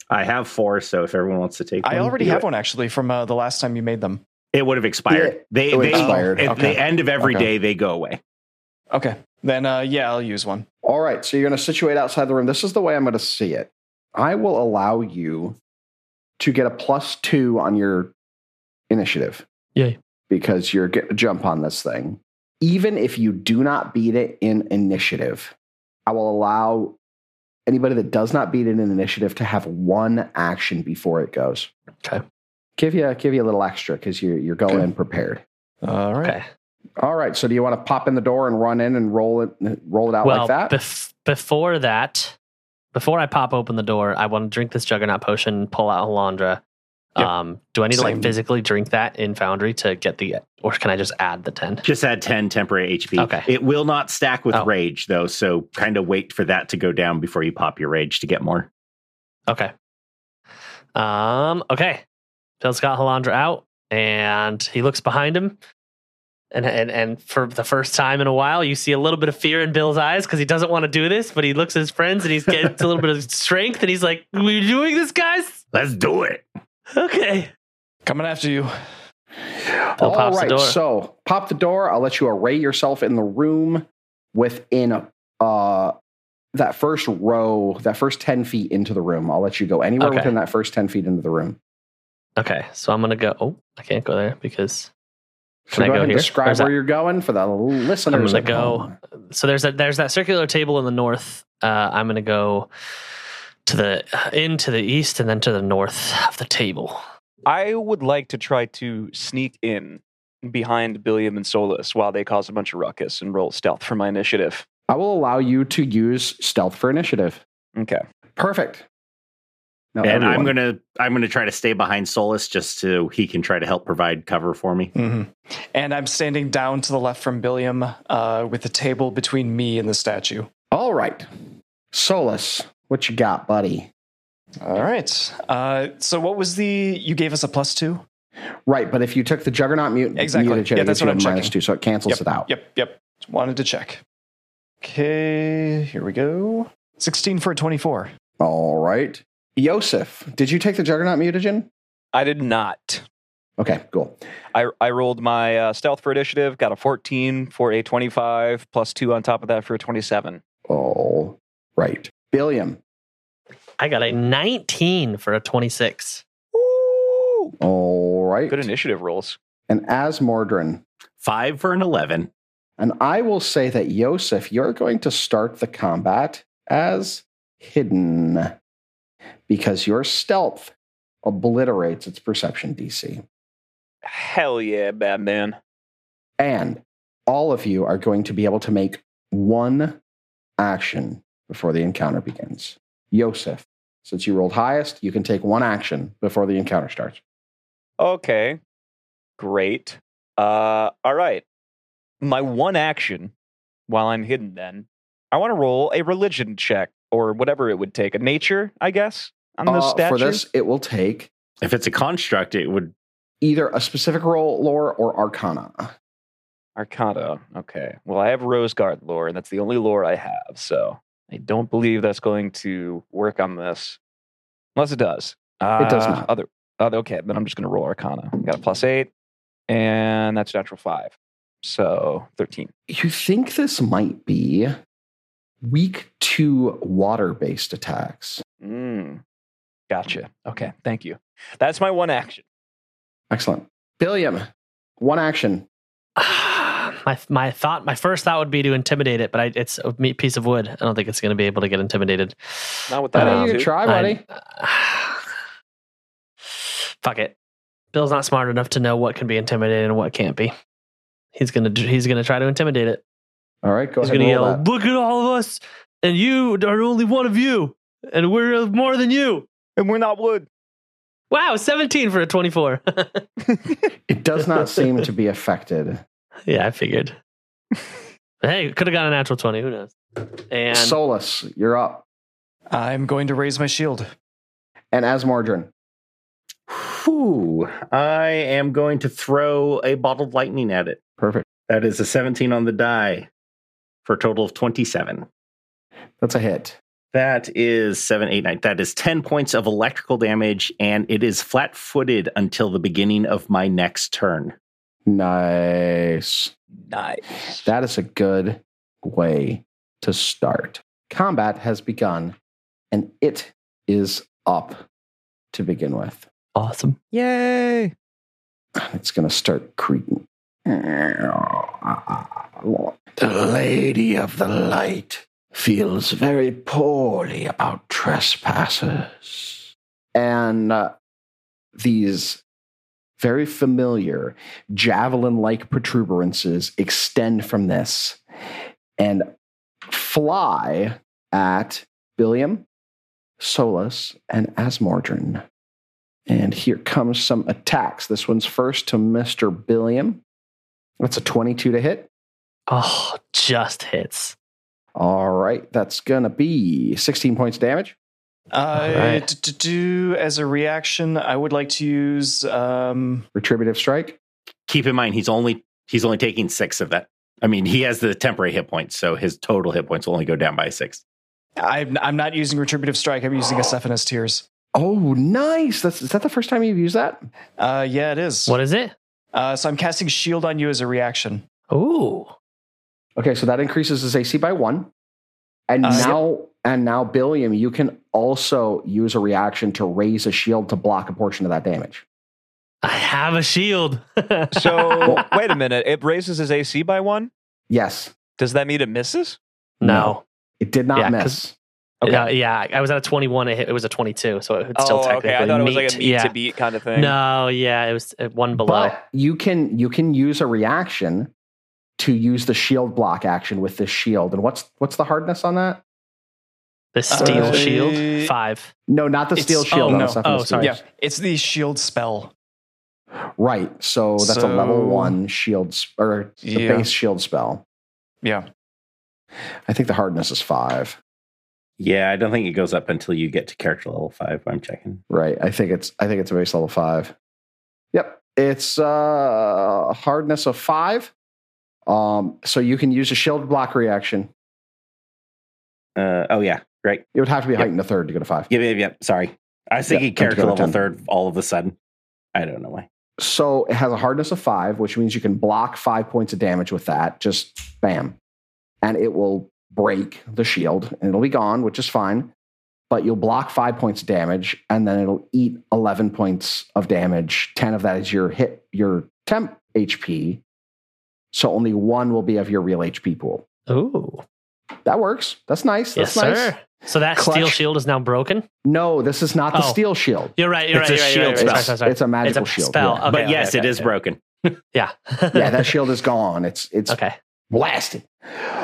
S5: I have four, so if everyone wants to take,
S7: I
S5: one,
S7: already
S5: do
S7: have
S5: it.
S7: one actually from uh, the last time you made them.
S5: It would have expired.
S9: Yeah,
S5: they
S9: it would
S5: they
S9: have expired.
S5: at
S7: Okay.
S5: the end of every day
S7: Okay.
S5: they go away.
S7: Okay, then uh, yeah, I'll use one.
S9: All right, so you're going to situate outside the room. This is the way I'm going to see it. I will allow you to get a plus two on your initiative.
S3: Yay.
S9: Because you're getting a jump on this thing. Even if you do not beat it in initiative, I will allow anybody that does not beat it in initiative to have one action before it goes.
S3: Okay.
S9: Give you give you a little extra because you're you're going
S7: Okay.
S9: in prepared.
S7: All right.
S3: Okay.
S9: All right. So do you want to pop in the door and run in and roll it roll it out
S3: well,
S9: like that?
S3: bef- before that, before I pop open the door, I want to drink this juggernaut potion and pull out Halandra.
S7: Yep.
S3: Um, do I need to like
S7: Same.
S3: physically drink that in Foundry to get the, or can I just add the ten?
S5: Just add ten temporary HP.
S3: Okay.
S5: It will not stack with
S3: Oh.
S5: rage though, so kind of wait for that to go down before you pop your rage to get more.
S3: Okay. Um, okay. Bill's got Halandra out and he looks behind him. And, and and for the first time in a while, you see a little bit of fear in Bill's eyes because he doesn't want to do this, but he looks at his friends [LAUGHS] and he's gets a little bit of strength and he's like, We doing this, guys?
S5: Let's do it.
S3: Okay.
S7: Coming after you.
S3: Bill
S9: All right,
S3: pops the door.
S9: So pop the door. I'll let you array yourself in the room within uh, that first row, that first 10 feet into the room. I'll let you go anywhere
S3: Okay.
S9: within that first 10 feet into the room.
S3: Okay, so I'm gonna go. Oh, I can't go there because
S9: So
S3: Can I
S9: go
S3: go
S9: ahead and
S3: here? Or
S9: describe
S3: is that-
S9: where you're going for the listeners.
S3: I'm gonna
S9: at
S3: go-
S9: home.
S3: so there's a there's that circular table in the north. Uh, I'm gonna go to the in to the east and then to the north of the table.
S4: I would like to try to sneak in behind Billiam and Solus while they cause a bunch of ruckus and roll stealth for my initiative.
S9: I will allow you to use stealth for initiative.
S4: Okay.
S9: Perfect. Now,
S5: and I'm
S9: everyone.
S5: gonna I'm gonna try to stay behind Solus just so he can try to help provide cover for me.
S7: hmm And I'm standing down to the left from Billiam, uh, with the table between me and the statue.
S9: All right. Solus, what you got, buddy?
S7: All right. Uh, so what was the? You gave us a plus two.
S9: Right, but if you took the Juggernaut mutant,
S7: Exactly.
S9: mutagen,
S7: Yeah,
S9: it
S7: that's
S9: gives you
S7: what
S9: a
S7: I'm
S9: minus
S7: checking.
S9: two, so it cancels it out.
S7: Yep. Yep. Just wanted to check. Okay. Here we go. Sixteen for a twenty-four.
S9: All right. Yosef, did you take the Juggernaut mutagen?
S4: I did not.
S9: Okay, cool.
S4: I, I rolled my uh, stealth for initiative, got a 14 for a 25, plus two on top of that for a 27.
S9: All right. Billiam.
S3: I got a 19 for a
S9: [SIGHS]
S3: 26.
S4: Ooh,
S9: All right.
S4: good initiative rolls.
S9: And as Mordrin,
S5: Five for an 11.
S9: and I will say that Yosef, you're going to start the combat as hidden because your stealth obliterates its perception DC.
S4: Hell yeah, Batman.
S9: And all of you are going to be able to make one action before the encounter begins. Yosef, since you rolled highest, you can take one action before the encounter starts.
S4: Okay. Great. Uh, all right. My one action while I'm hidden, then, I want to roll a religion check or whatever it would take. A nature, I guess, on the
S9: Uh,
S4: statue.
S9: for this, it will take
S5: If it's a construct, it would.
S9: either a specific role, lore, or arcana.
S4: Arcana. Okay. Well, I have Rose Guard lore, and that's the only lore I have. So I don't believe that's going to work on this, unless it does. Uh,
S9: does not.
S4: Other, other. Okay. Then I'm just going to roll Arcana. Got a plus eight, and that's a natural five. So 13.
S9: You think this might be weak to water based attacks.
S4: Mm. Gotcha. Okay. Thank you. That's my one action.
S9: Excellent. Billiam, one action.
S3: my my thought, my first thought would be to intimidate it, but I, it's a me- piece of wood. I don't think it's going to be able to get intimidated. Um,
S4: Not with
S9: I
S4: that
S9: mean, you
S4: attitude.
S9: can try, buddy.
S3: I- [SIGHS] fuck it. Bill's not smart enough to know what can be intimidated and what can't be. He's gonna do- he's gonna try to intimidate it.
S9: All right, go
S3: he's
S9: ahead
S3: gonna
S9: and
S3: yell,
S9: roll that.
S3: "Look at all of us, and you are only one of you, and we're more than you."
S4: And we're not wood.
S3: Wow, seventeen for a twenty-four. [LAUGHS]
S9: It does not seem to be affected.
S3: yeah, I figured. But hey, could have got a natural twenty. Who knows? And
S9: Solus, you're up.
S7: I'm going to raise my shield.
S9: And as Mordrin,
S5: Whew. I am going to throw a bottled lightning at it.
S9: perfect.
S5: That is a 17 on the die for a total of 27.
S9: That's a hit.
S5: That is seven, eight, nine. That is 10 points of electrical damage, and it is flat footed until the beginning of my next turn.
S9: Nice. [LAUGHS]
S4: Nice.
S9: That is a good way to start. Combat has begun, and it is up to begin with.
S3: awesome.
S12: Yay!
S9: It's going to start creaking.
S2: The Lady of the Light feels very poorly about trespassers.
S9: And uh, these very familiar javelin like protuberances extend from this and fly at Billiam, Solus, and Asmordran. And here comes some attacks. This one's first to Mr. Billiam. That's a 22 to hit.
S3: Oh, just hits.
S9: All right, that's going to be 16 points of damage.
S7: I
S3: Alright.
S7: Uh, d- d- do as a reaction. I would like to use. Um,
S9: Retributive strike.
S5: Keep in mind, he's only he's only taking six of that. I mean, he has the temporary hit points, so his total hit points will only go down by six.
S7: I'm, I'm not using retributive strike. I'm using Asephanus tears.
S9: Oh, nice. That's, is that the first time you've used that?
S7: Uh, yeah, it is.
S3: What is it?
S7: Uh, so I'm casting shield on you as a reaction.
S3: Ooh,
S9: Okay, so that increases his AC by one. And
S7: Uh,
S9: now, and now, Billiam, you can also use a reaction to raise a shield to block a portion of that damage.
S3: I have a shield. [LAUGHS]
S4: So wait a minute. It raises his AC by one.
S9: Yes,
S4: Does that mean it misses?
S3: no.
S9: it did not
S3: Yeah, 'cause-
S9: miss.
S4: Okay. Oh,
S3: Yeah, yeah, I was at a 21. It, hit, it was a 22, so it would uh, still technically
S4: okay. I thought it was like
S3: meet,
S4: a meat
S3: yeah.
S4: to beat kind of thing.
S3: No, yeah, it was uh, one below.
S9: But you can you can use a reaction to use the shield block action with this shield. And what's what's the hardness on that?
S3: the steel
S7: Uh,
S3: shield five.
S9: No, not the
S7: It's-
S9: steel
S7: oh,
S9: shield. on
S7: no.
S9: Stephanos
S3: Oh, sorry.
S7: Yeah,
S9: Spears.
S7: it's the shield spell.
S9: Right. So that's a level
S7: So-
S9: one shield sp- or the
S7: Yeah.
S9: base shield spell.
S7: Yeah.
S9: I think the hardness is five.
S5: Yeah, I don't think it goes up until you get to character level five. I'm checking.
S9: Right. I think it's I think it's a base level five. Yep. It's uh hardness of five. Um, so you can use a shield block reaction.
S5: Uh, oh yeah, great.
S9: It would have to be
S5: Yep.
S9: heightened a third to go to five.
S5: Yep, yep, yep. Sorry, I was
S9: Yeah,
S5: thinking
S9: I'm
S5: character
S9: gonna
S5: level
S9: ten.
S5: third all of a sudden. I don't know why.
S9: So it has a hardness of five, which means you can block five points of damage with that. Just bam. And it will break the shield and it'll be gone, which is fine. But you'll block five points of damage and then it'll eat 11 points of damage. 10 of that is your hit, your temp HP. So only one will be of your real HP pool.
S3: Ooh.
S9: That works. That's nice.
S3: Yes,
S9: That's nice.
S3: sir. So that steel
S9: Clutch.
S3: shield is now broken.
S9: No, this is not the
S3: Oh.
S9: steel shield.
S3: You're right. You're
S5: It's
S3: right.
S5: a
S3: you're right,
S5: shield
S3: you're right,
S5: spell.
S3: Sorry, sorry, sorry.
S9: It's a magical
S3: it's a
S9: shield.
S3: Spell.
S9: Yeah.
S3: Okay,
S5: but yes,
S3: okay,
S5: it
S3: okay,
S5: is
S3: okay.
S5: broken.
S3: Yeah. [LAUGHS]
S9: yeah, that shield is gone. It's it's
S3: okay.
S9: blasted.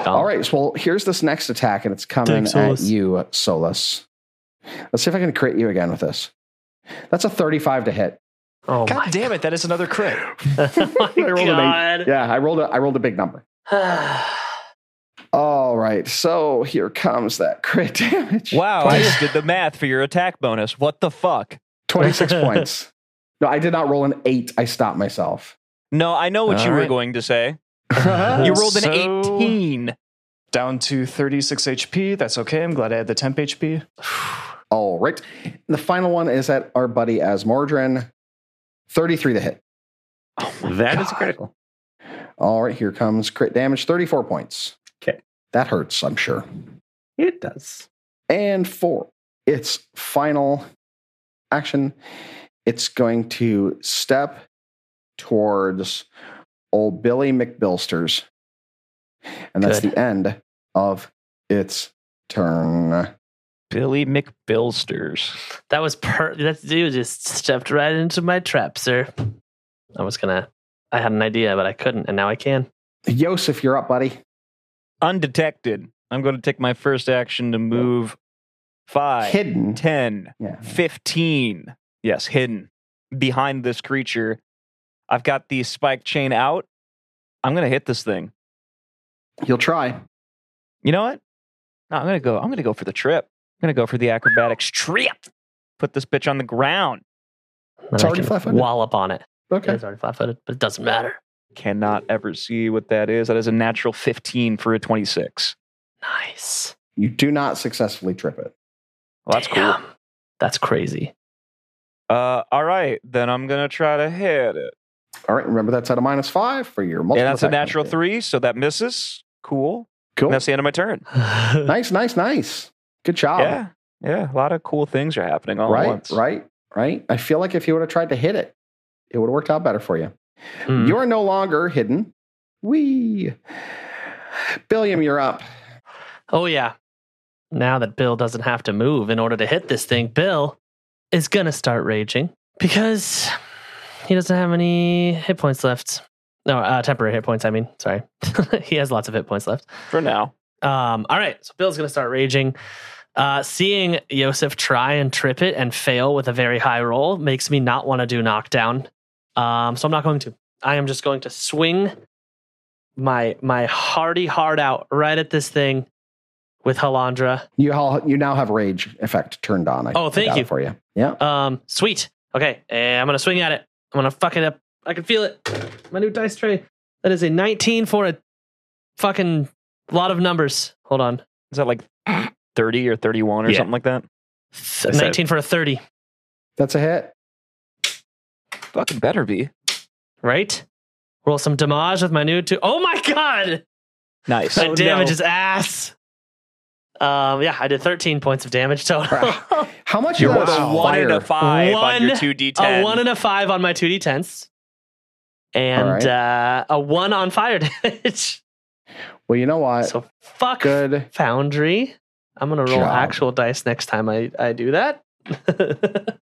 S9: All right. So, well, here's this next attack, and it's coming
S3: Thanks,
S9: at
S3: Solus.
S9: you, Solus. Let's see if I can crit you again with this. That's a 35 to hit.
S3: Oh
S7: God
S3: my
S7: damn it, that is another crit.
S3: [LAUGHS] Oh
S9: [LAUGHS]
S3: my
S9: I rolled an eight.
S3: God.
S9: Yeah, I rolled a I rolled a big number. All right. So here comes that [LAUGHS] crit damage.
S4: Wow, I just did the math for your attack bonus. What the fuck?
S9: 26 points. No, I did not roll an eight. I stopped myself.
S4: No, I know what
S7: All
S4: you were
S7: right.
S4: going to say. [LAUGHS] You rolled an
S7: So-
S4: 18.
S7: Down to 36 HP. That's okay. I'm glad I had the temp HP.
S9: All right. The final one is at our buddy Asmordran. 33 to hit.
S5: That is critical.
S9: All right, here comes crit damage, 34 points.
S5: Okay.
S9: That hurts, I'm sure.
S5: It does.
S9: And for its final action, it's going to step towards old Billy McBilsters. And that's
S3: Good.
S9: the end of its turn.
S4: Billy McBilsters.
S3: [SIGHS] That was per. That you just stepped right into my trap, sir. I was gonna. I had an idea, but I couldn't, and now I can.
S9: Yosef, you're up, buddy.
S4: Undetected. I'm going to take my first action to move 5,
S9: Hidden.
S4: 10,
S9: Yeah.
S4: 15. Yes, hidden behind this creature. I've got the spike chain out. I'm going to hit this thing.
S9: You'll try.
S4: You know what? No, I'm gonna go. I'm gonna go for the trip. I'm gonna go for the acrobatics trip. Put this bitch on the ground.
S3: And
S9: It's
S3: I
S9: already
S3: can
S9: flat-footed.
S3: Wallop on it.
S9: Okay.
S3: It's already flat-footed, but it doesn't matter.
S4: Cannot ever see what that is. That is a natural 15 for a 26.
S3: Nice.
S9: You do not successfully trip it.
S4: Well, that's cool.
S3: Damn. That's crazy. [SIGHS]
S4: Uh, all right, then I'm gonna try to hit it.
S9: All right, remember that's at a minus five for your multiple.
S4: Yeah, that's a
S9: attack
S4: natural
S9: penalty.
S4: three, so that misses. Cool.
S9: Cool.
S4: And that's the end of my turn.
S9: nice, nice, nice. Good job.
S4: Yeah, yeah. A lot of cool things are happening all
S9: right,
S4: at once.
S9: right, right. I feel like if you would have tried to hit it, it would have worked out better for you.
S3: Hmm.
S9: You're no longer hidden. Wee. Billiam, you're up.
S3: Oh yeah. Now that Bill doesn't have to move in order to hit this thing, Bill is gonna start raging because he doesn't have any hit points left. No, uh, temporary hit points. I mean, sorry, [LAUGHS] he has lots of hit points left.
S4: For now.
S3: Um, all right, so Bill's gonna start raging. Uh, seeing Yosef try and trip it and fail with a very high roll makes me not want to do knockdown. Um, so I'm not going to. I am just going to swing my my hearty heart out right at this thing with Halandra.
S9: You all, you now have rage effect turned on. I
S3: Oh, thank
S9: got it
S3: you.
S9: for you. Yeah.
S3: Um, sweet. Okay, eh, I'm gonna swing at it. I'm gonna fuck it up. I can feel it. My new dice tray. That is a 19 for a fucking lot of numbers. Hold on.
S4: Is that like 30 or 31 or
S5: Yeah.
S4: something like that?
S3: Th- 19 for a 30,
S9: That's a hit.
S4: Fucking better be.
S3: right? Roll some damage with my new two. Oh my god!
S4: Nice. Oh,
S3: That damage is ass. Um, yeah, I did 13 points of damage total. [LAUGHS]
S9: How much
S4: You're
S9: of
S4: wow.
S9: that is
S4: a one
S9: fire?
S4: and a five on your
S3: One-
S4: two d10.
S3: a one and a five on my 2d10s, and
S9: All right.
S3: uh, a one on fire [LAUGHS] damage.
S9: well, you know what?
S3: so fuck
S9: Good.
S3: Foundry. I'm gonna roll
S9: Job.
S3: actual dice next time I, I do
S9: [LAUGHS]
S3: that.
S9: right.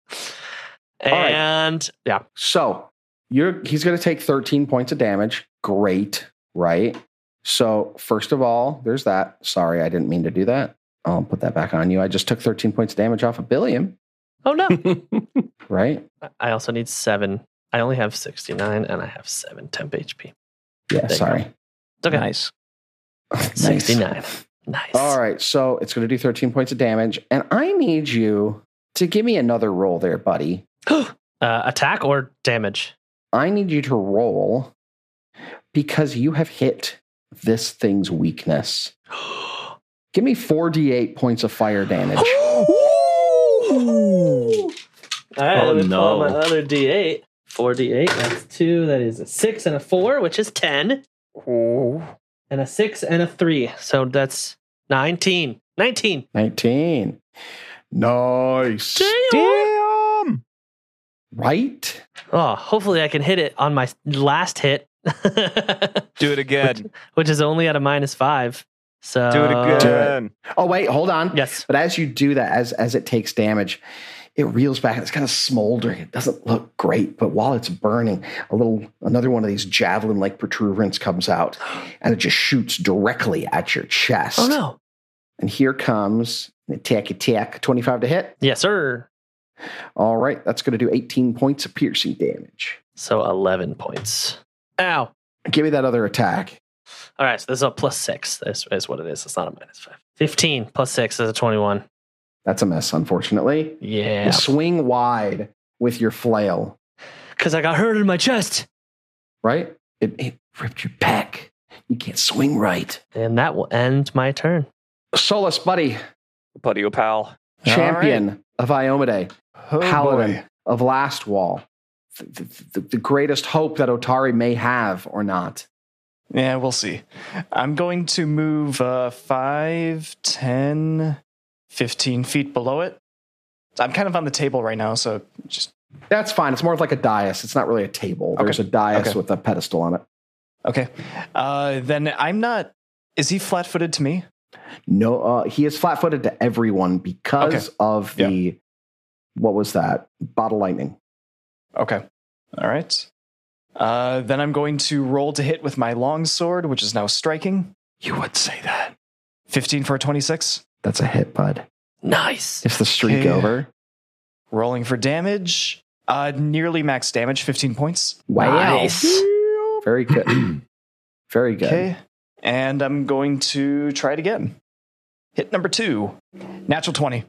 S3: and yeah,
S9: So you're he's going to take 13 points of damage. Great, right? So first of all, there's that. Sorry, I didn't mean to do that. I'll put that back on you. I just took 13 points of damage off of Billiam,
S3: oh
S9: [LAUGHS]
S3: no,
S9: right?
S3: I also need seven. I only have 69 and I have seven temp HP.
S9: Yeah,
S3: you
S9: sorry.
S3: It's okay,
S4: Nice.
S9: [LAUGHS] Nice.
S3: 69. Nice.
S9: All right, so it's going to do 13 points of damage, and I need you to give me another roll there, buddy.
S3: [GASPS] Uh, attack or damage?
S9: I need you to roll because you have hit this thing's [GASPS] weakness. Give me 4d8 points of fire damage.
S3: All right,
S5: Oh,
S3: let me pull out
S12: Oh,
S5: no.
S3: my other D8. 4d8. That's two. That is a six and a four, which is 10. And a six and a three. So that's 19. 19.
S13: 19. Nice.
S12: Damn!
S9: Right?
S3: Oh, hopefully I can hit it on my last hit, [LAUGHS]
S12: Do it again.
S3: which is only at a minus five. So
S12: Do it again.
S9: Oh wait, hold on.
S3: Yes.
S9: But as you do that, as as it takes damage, it reels back. It's kind of smoldering. It doesn't look great, but while it's burning, a little another one of these javelin-like protuberance
S3: [GASPS]
S9: comes out, and it just shoots directly at your chest.
S3: Oh no.
S9: And here comes an attack, attack, twenty-five to hit.
S3: Yes, sir.
S9: All right, that's going to do eighteen points of piercing damage.
S3: So 11 points. Ow.
S9: Give me that other attack.
S3: All right, so this is a plus six. This is what it is. It's not a minus five. 15 plus six is a 21.
S9: That's a miss, unfortunately. You
S3: Yeah.
S9: swing wide with your flail,
S3: Because I got hurt in my chest.
S9: right? It, it ripped your back. You can't swing right.
S3: And that will end my turn.
S9: Solus, buddy,
S4: Buddy, oh pal.
S9: champion of Iomade,
S7: Oh,
S9: paladin
S7: boy.
S9: of Last Wall, the, the- the greatest hope that Otari may have or not.
S7: Yeah, we'll see. I'm going to move uh, 5, 10, 15 feet below it. I'm kind of on the table right now, so just.
S9: That's fine. It's more of like a dais. It's not really a table. There's a dais
S7: Okay.
S9: with a pedestal on it.
S7: Okay. Uh, then I'm not. Is he flat footed to me?
S9: No, uh, he is flat-footed to everyone because of the what was that? Bottle lightning.
S7: Okay. All right. Uh, then I'm going to roll to hit with my long sword, which is now striking. You would say that. 15 for a 26.
S9: That's a hit, bud.
S3: Nice.
S9: It's the streak
S7: Okay.
S9: over.
S7: Rolling for damage. Uh, nearly max damage, 15 points.
S9: Wow.
S3: Nice.
S7: [CLEARS THROAT]
S9: Very good. Very good.
S7: Okay. And I'm going to try it again. Hit number two. Natural 20.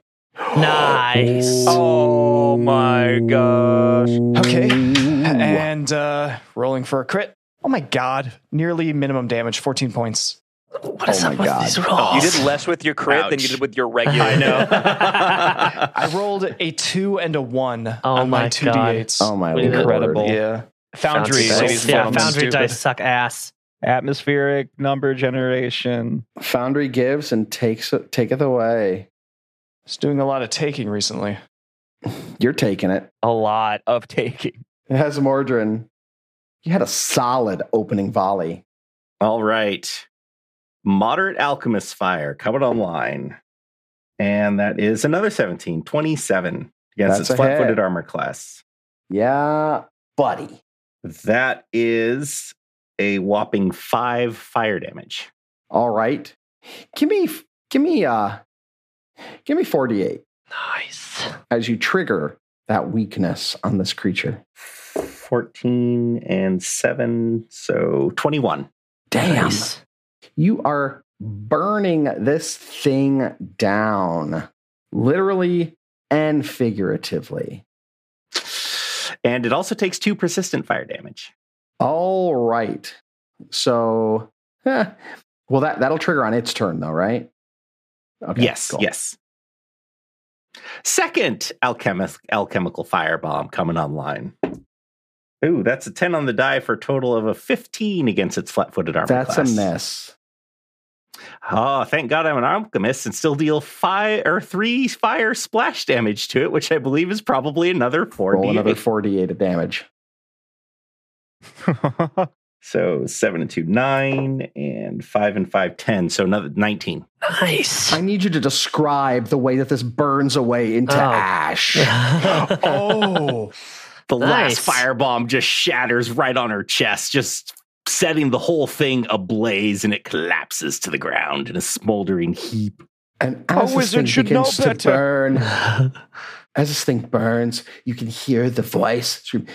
S3: Nice.
S4: Oh my gosh.
S7: Okay. [LAUGHS] And uh, rolling for a crit. Oh my god. Nearly minimum damage, 14 points.
S3: What is
S9: oh
S3: up
S9: my
S3: with
S9: God.
S3: these rolls?
S4: You did less with your crit than you
S5: Ouch.
S4: did with your regular. I know.
S7: I rolled a two and a one
S3: Oh
S7: on my,
S3: my
S7: two
S3: God.
S7: d8s.
S9: Oh my lord.
S12: Incredible.
S7: yeah.
S4: [LAUGHS] Foundry,
S3: dice.
S4: ladies and
S3: yeah,
S4: gentlemen.
S3: Foundry
S4: Stupid.
S3: dice suck ass.
S12: Atmospheric number generation.
S9: Foundry gives and takes it, taketh away.
S7: It's doing a lot of taking recently.
S9: You're taking it.
S12: A lot of taking.
S9: It has Mordrin. You had a solid opening volley.
S5: All right. Moderate Alchemist Fire coming online. And that is another 17, 27 against
S9: That's
S5: its
S9: a
S5: flat footed
S9: hit.
S5: armor class.
S9: Yeah, buddy.
S5: That is a whopping five fire damage.
S9: All right. Give me, give me, uh, give me 48
S3: Nice.
S9: as you trigger that weakness on this creature.
S5: 14 and 7, so 21.
S9: Damn.
S3: Nice.
S9: You are burning this thing down, literally and figuratively.
S5: And it also takes two persistent fire damage.
S9: All right. So, eh, well, that that'll trigger on its turn, though, right? Okay,
S5: yes,
S9: cool.
S5: yes. Second alchemist alchemical firebomb coming online. Ooh, that's a 10 on the die for a total of a 15 against its flat-footed armor
S9: That's
S5: class.
S9: a miss.
S5: Oh, thank God I'm an alchemist and still deal five or three fire splash damage to it, which I believe is probably another 4
S9: Roll another forty-eight of damage.
S5: So seven and two, nine, and five and five, ten. So another nineteen.
S3: Nice. [LAUGHS]
S9: I need you to describe the way that this burns away into
S3: Oh.
S9: ash.
S7: Oh,
S5: The
S3: Nice.
S5: last firebomb just shatters right on her chest, just setting the whole thing ablaze, and it collapses to the ground in a smoldering heap.
S9: And as
S12: A
S9: this
S12: wizard
S9: thing
S12: should
S9: begins
S12: know
S9: to
S12: better.
S9: burn,
S3: Oh,
S9: as this thing burns, you can hear the voice scream,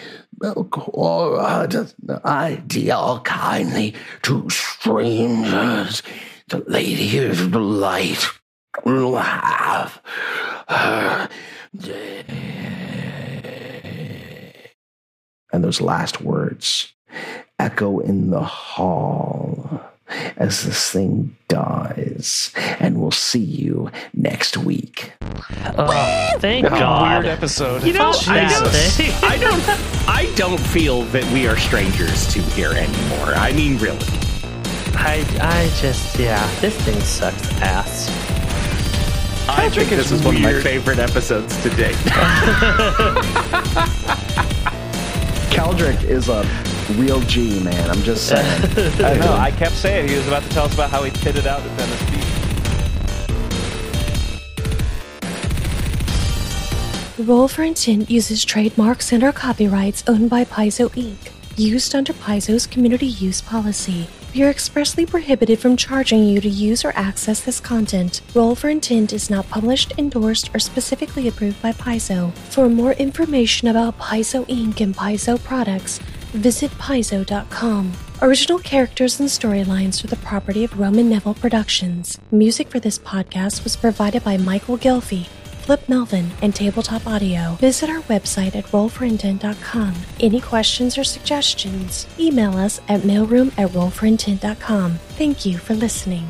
S2: Melchora does I deal kindly to strangers. The Lady of the Light will have her day.
S9: and those last words echo in the hall.
S2: as this thing dies. And we'll see you next week.
S3: Oh, thank
S7: Weird
S3: God.
S7: episode.
S5: You know,
S3: Fuck
S5: I
S3: that
S5: don't,
S3: thing.
S5: [LAUGHS] I don't, I don't feel that we are strangers to here anymore. I mean, really.
S3: I, I just, yeah, this thing sucks ass.
S5: I think this is one of my favorite episodes to date.
S9: Caldric is a real G, man. I'm just saying.
S4: I [LAUGHS] know. I kept saying he was about to tell us about how he pitted out at Tennessee.
S14: Roll for Intent uses trademarks and or copyrights owned by Paizo Inc., used under Paizo's community use policy. We are expressly prohibited from charging you to use or access this content. Roll for Intent is not published, endorsed, or specifically approved by Paizo. For more information about Paizo Inc. and Paizo products, visit paizo.com. Original characters and storylines are the property of Roman Neville Productions. Music for this podcast was provided by Michael Gilfie. Flip Melvin, and Tabletop Audio. Visit our website at rollforintent.com. Any questions or suggestions, email us at mailroom at rollforintent.com. Thank you for listening.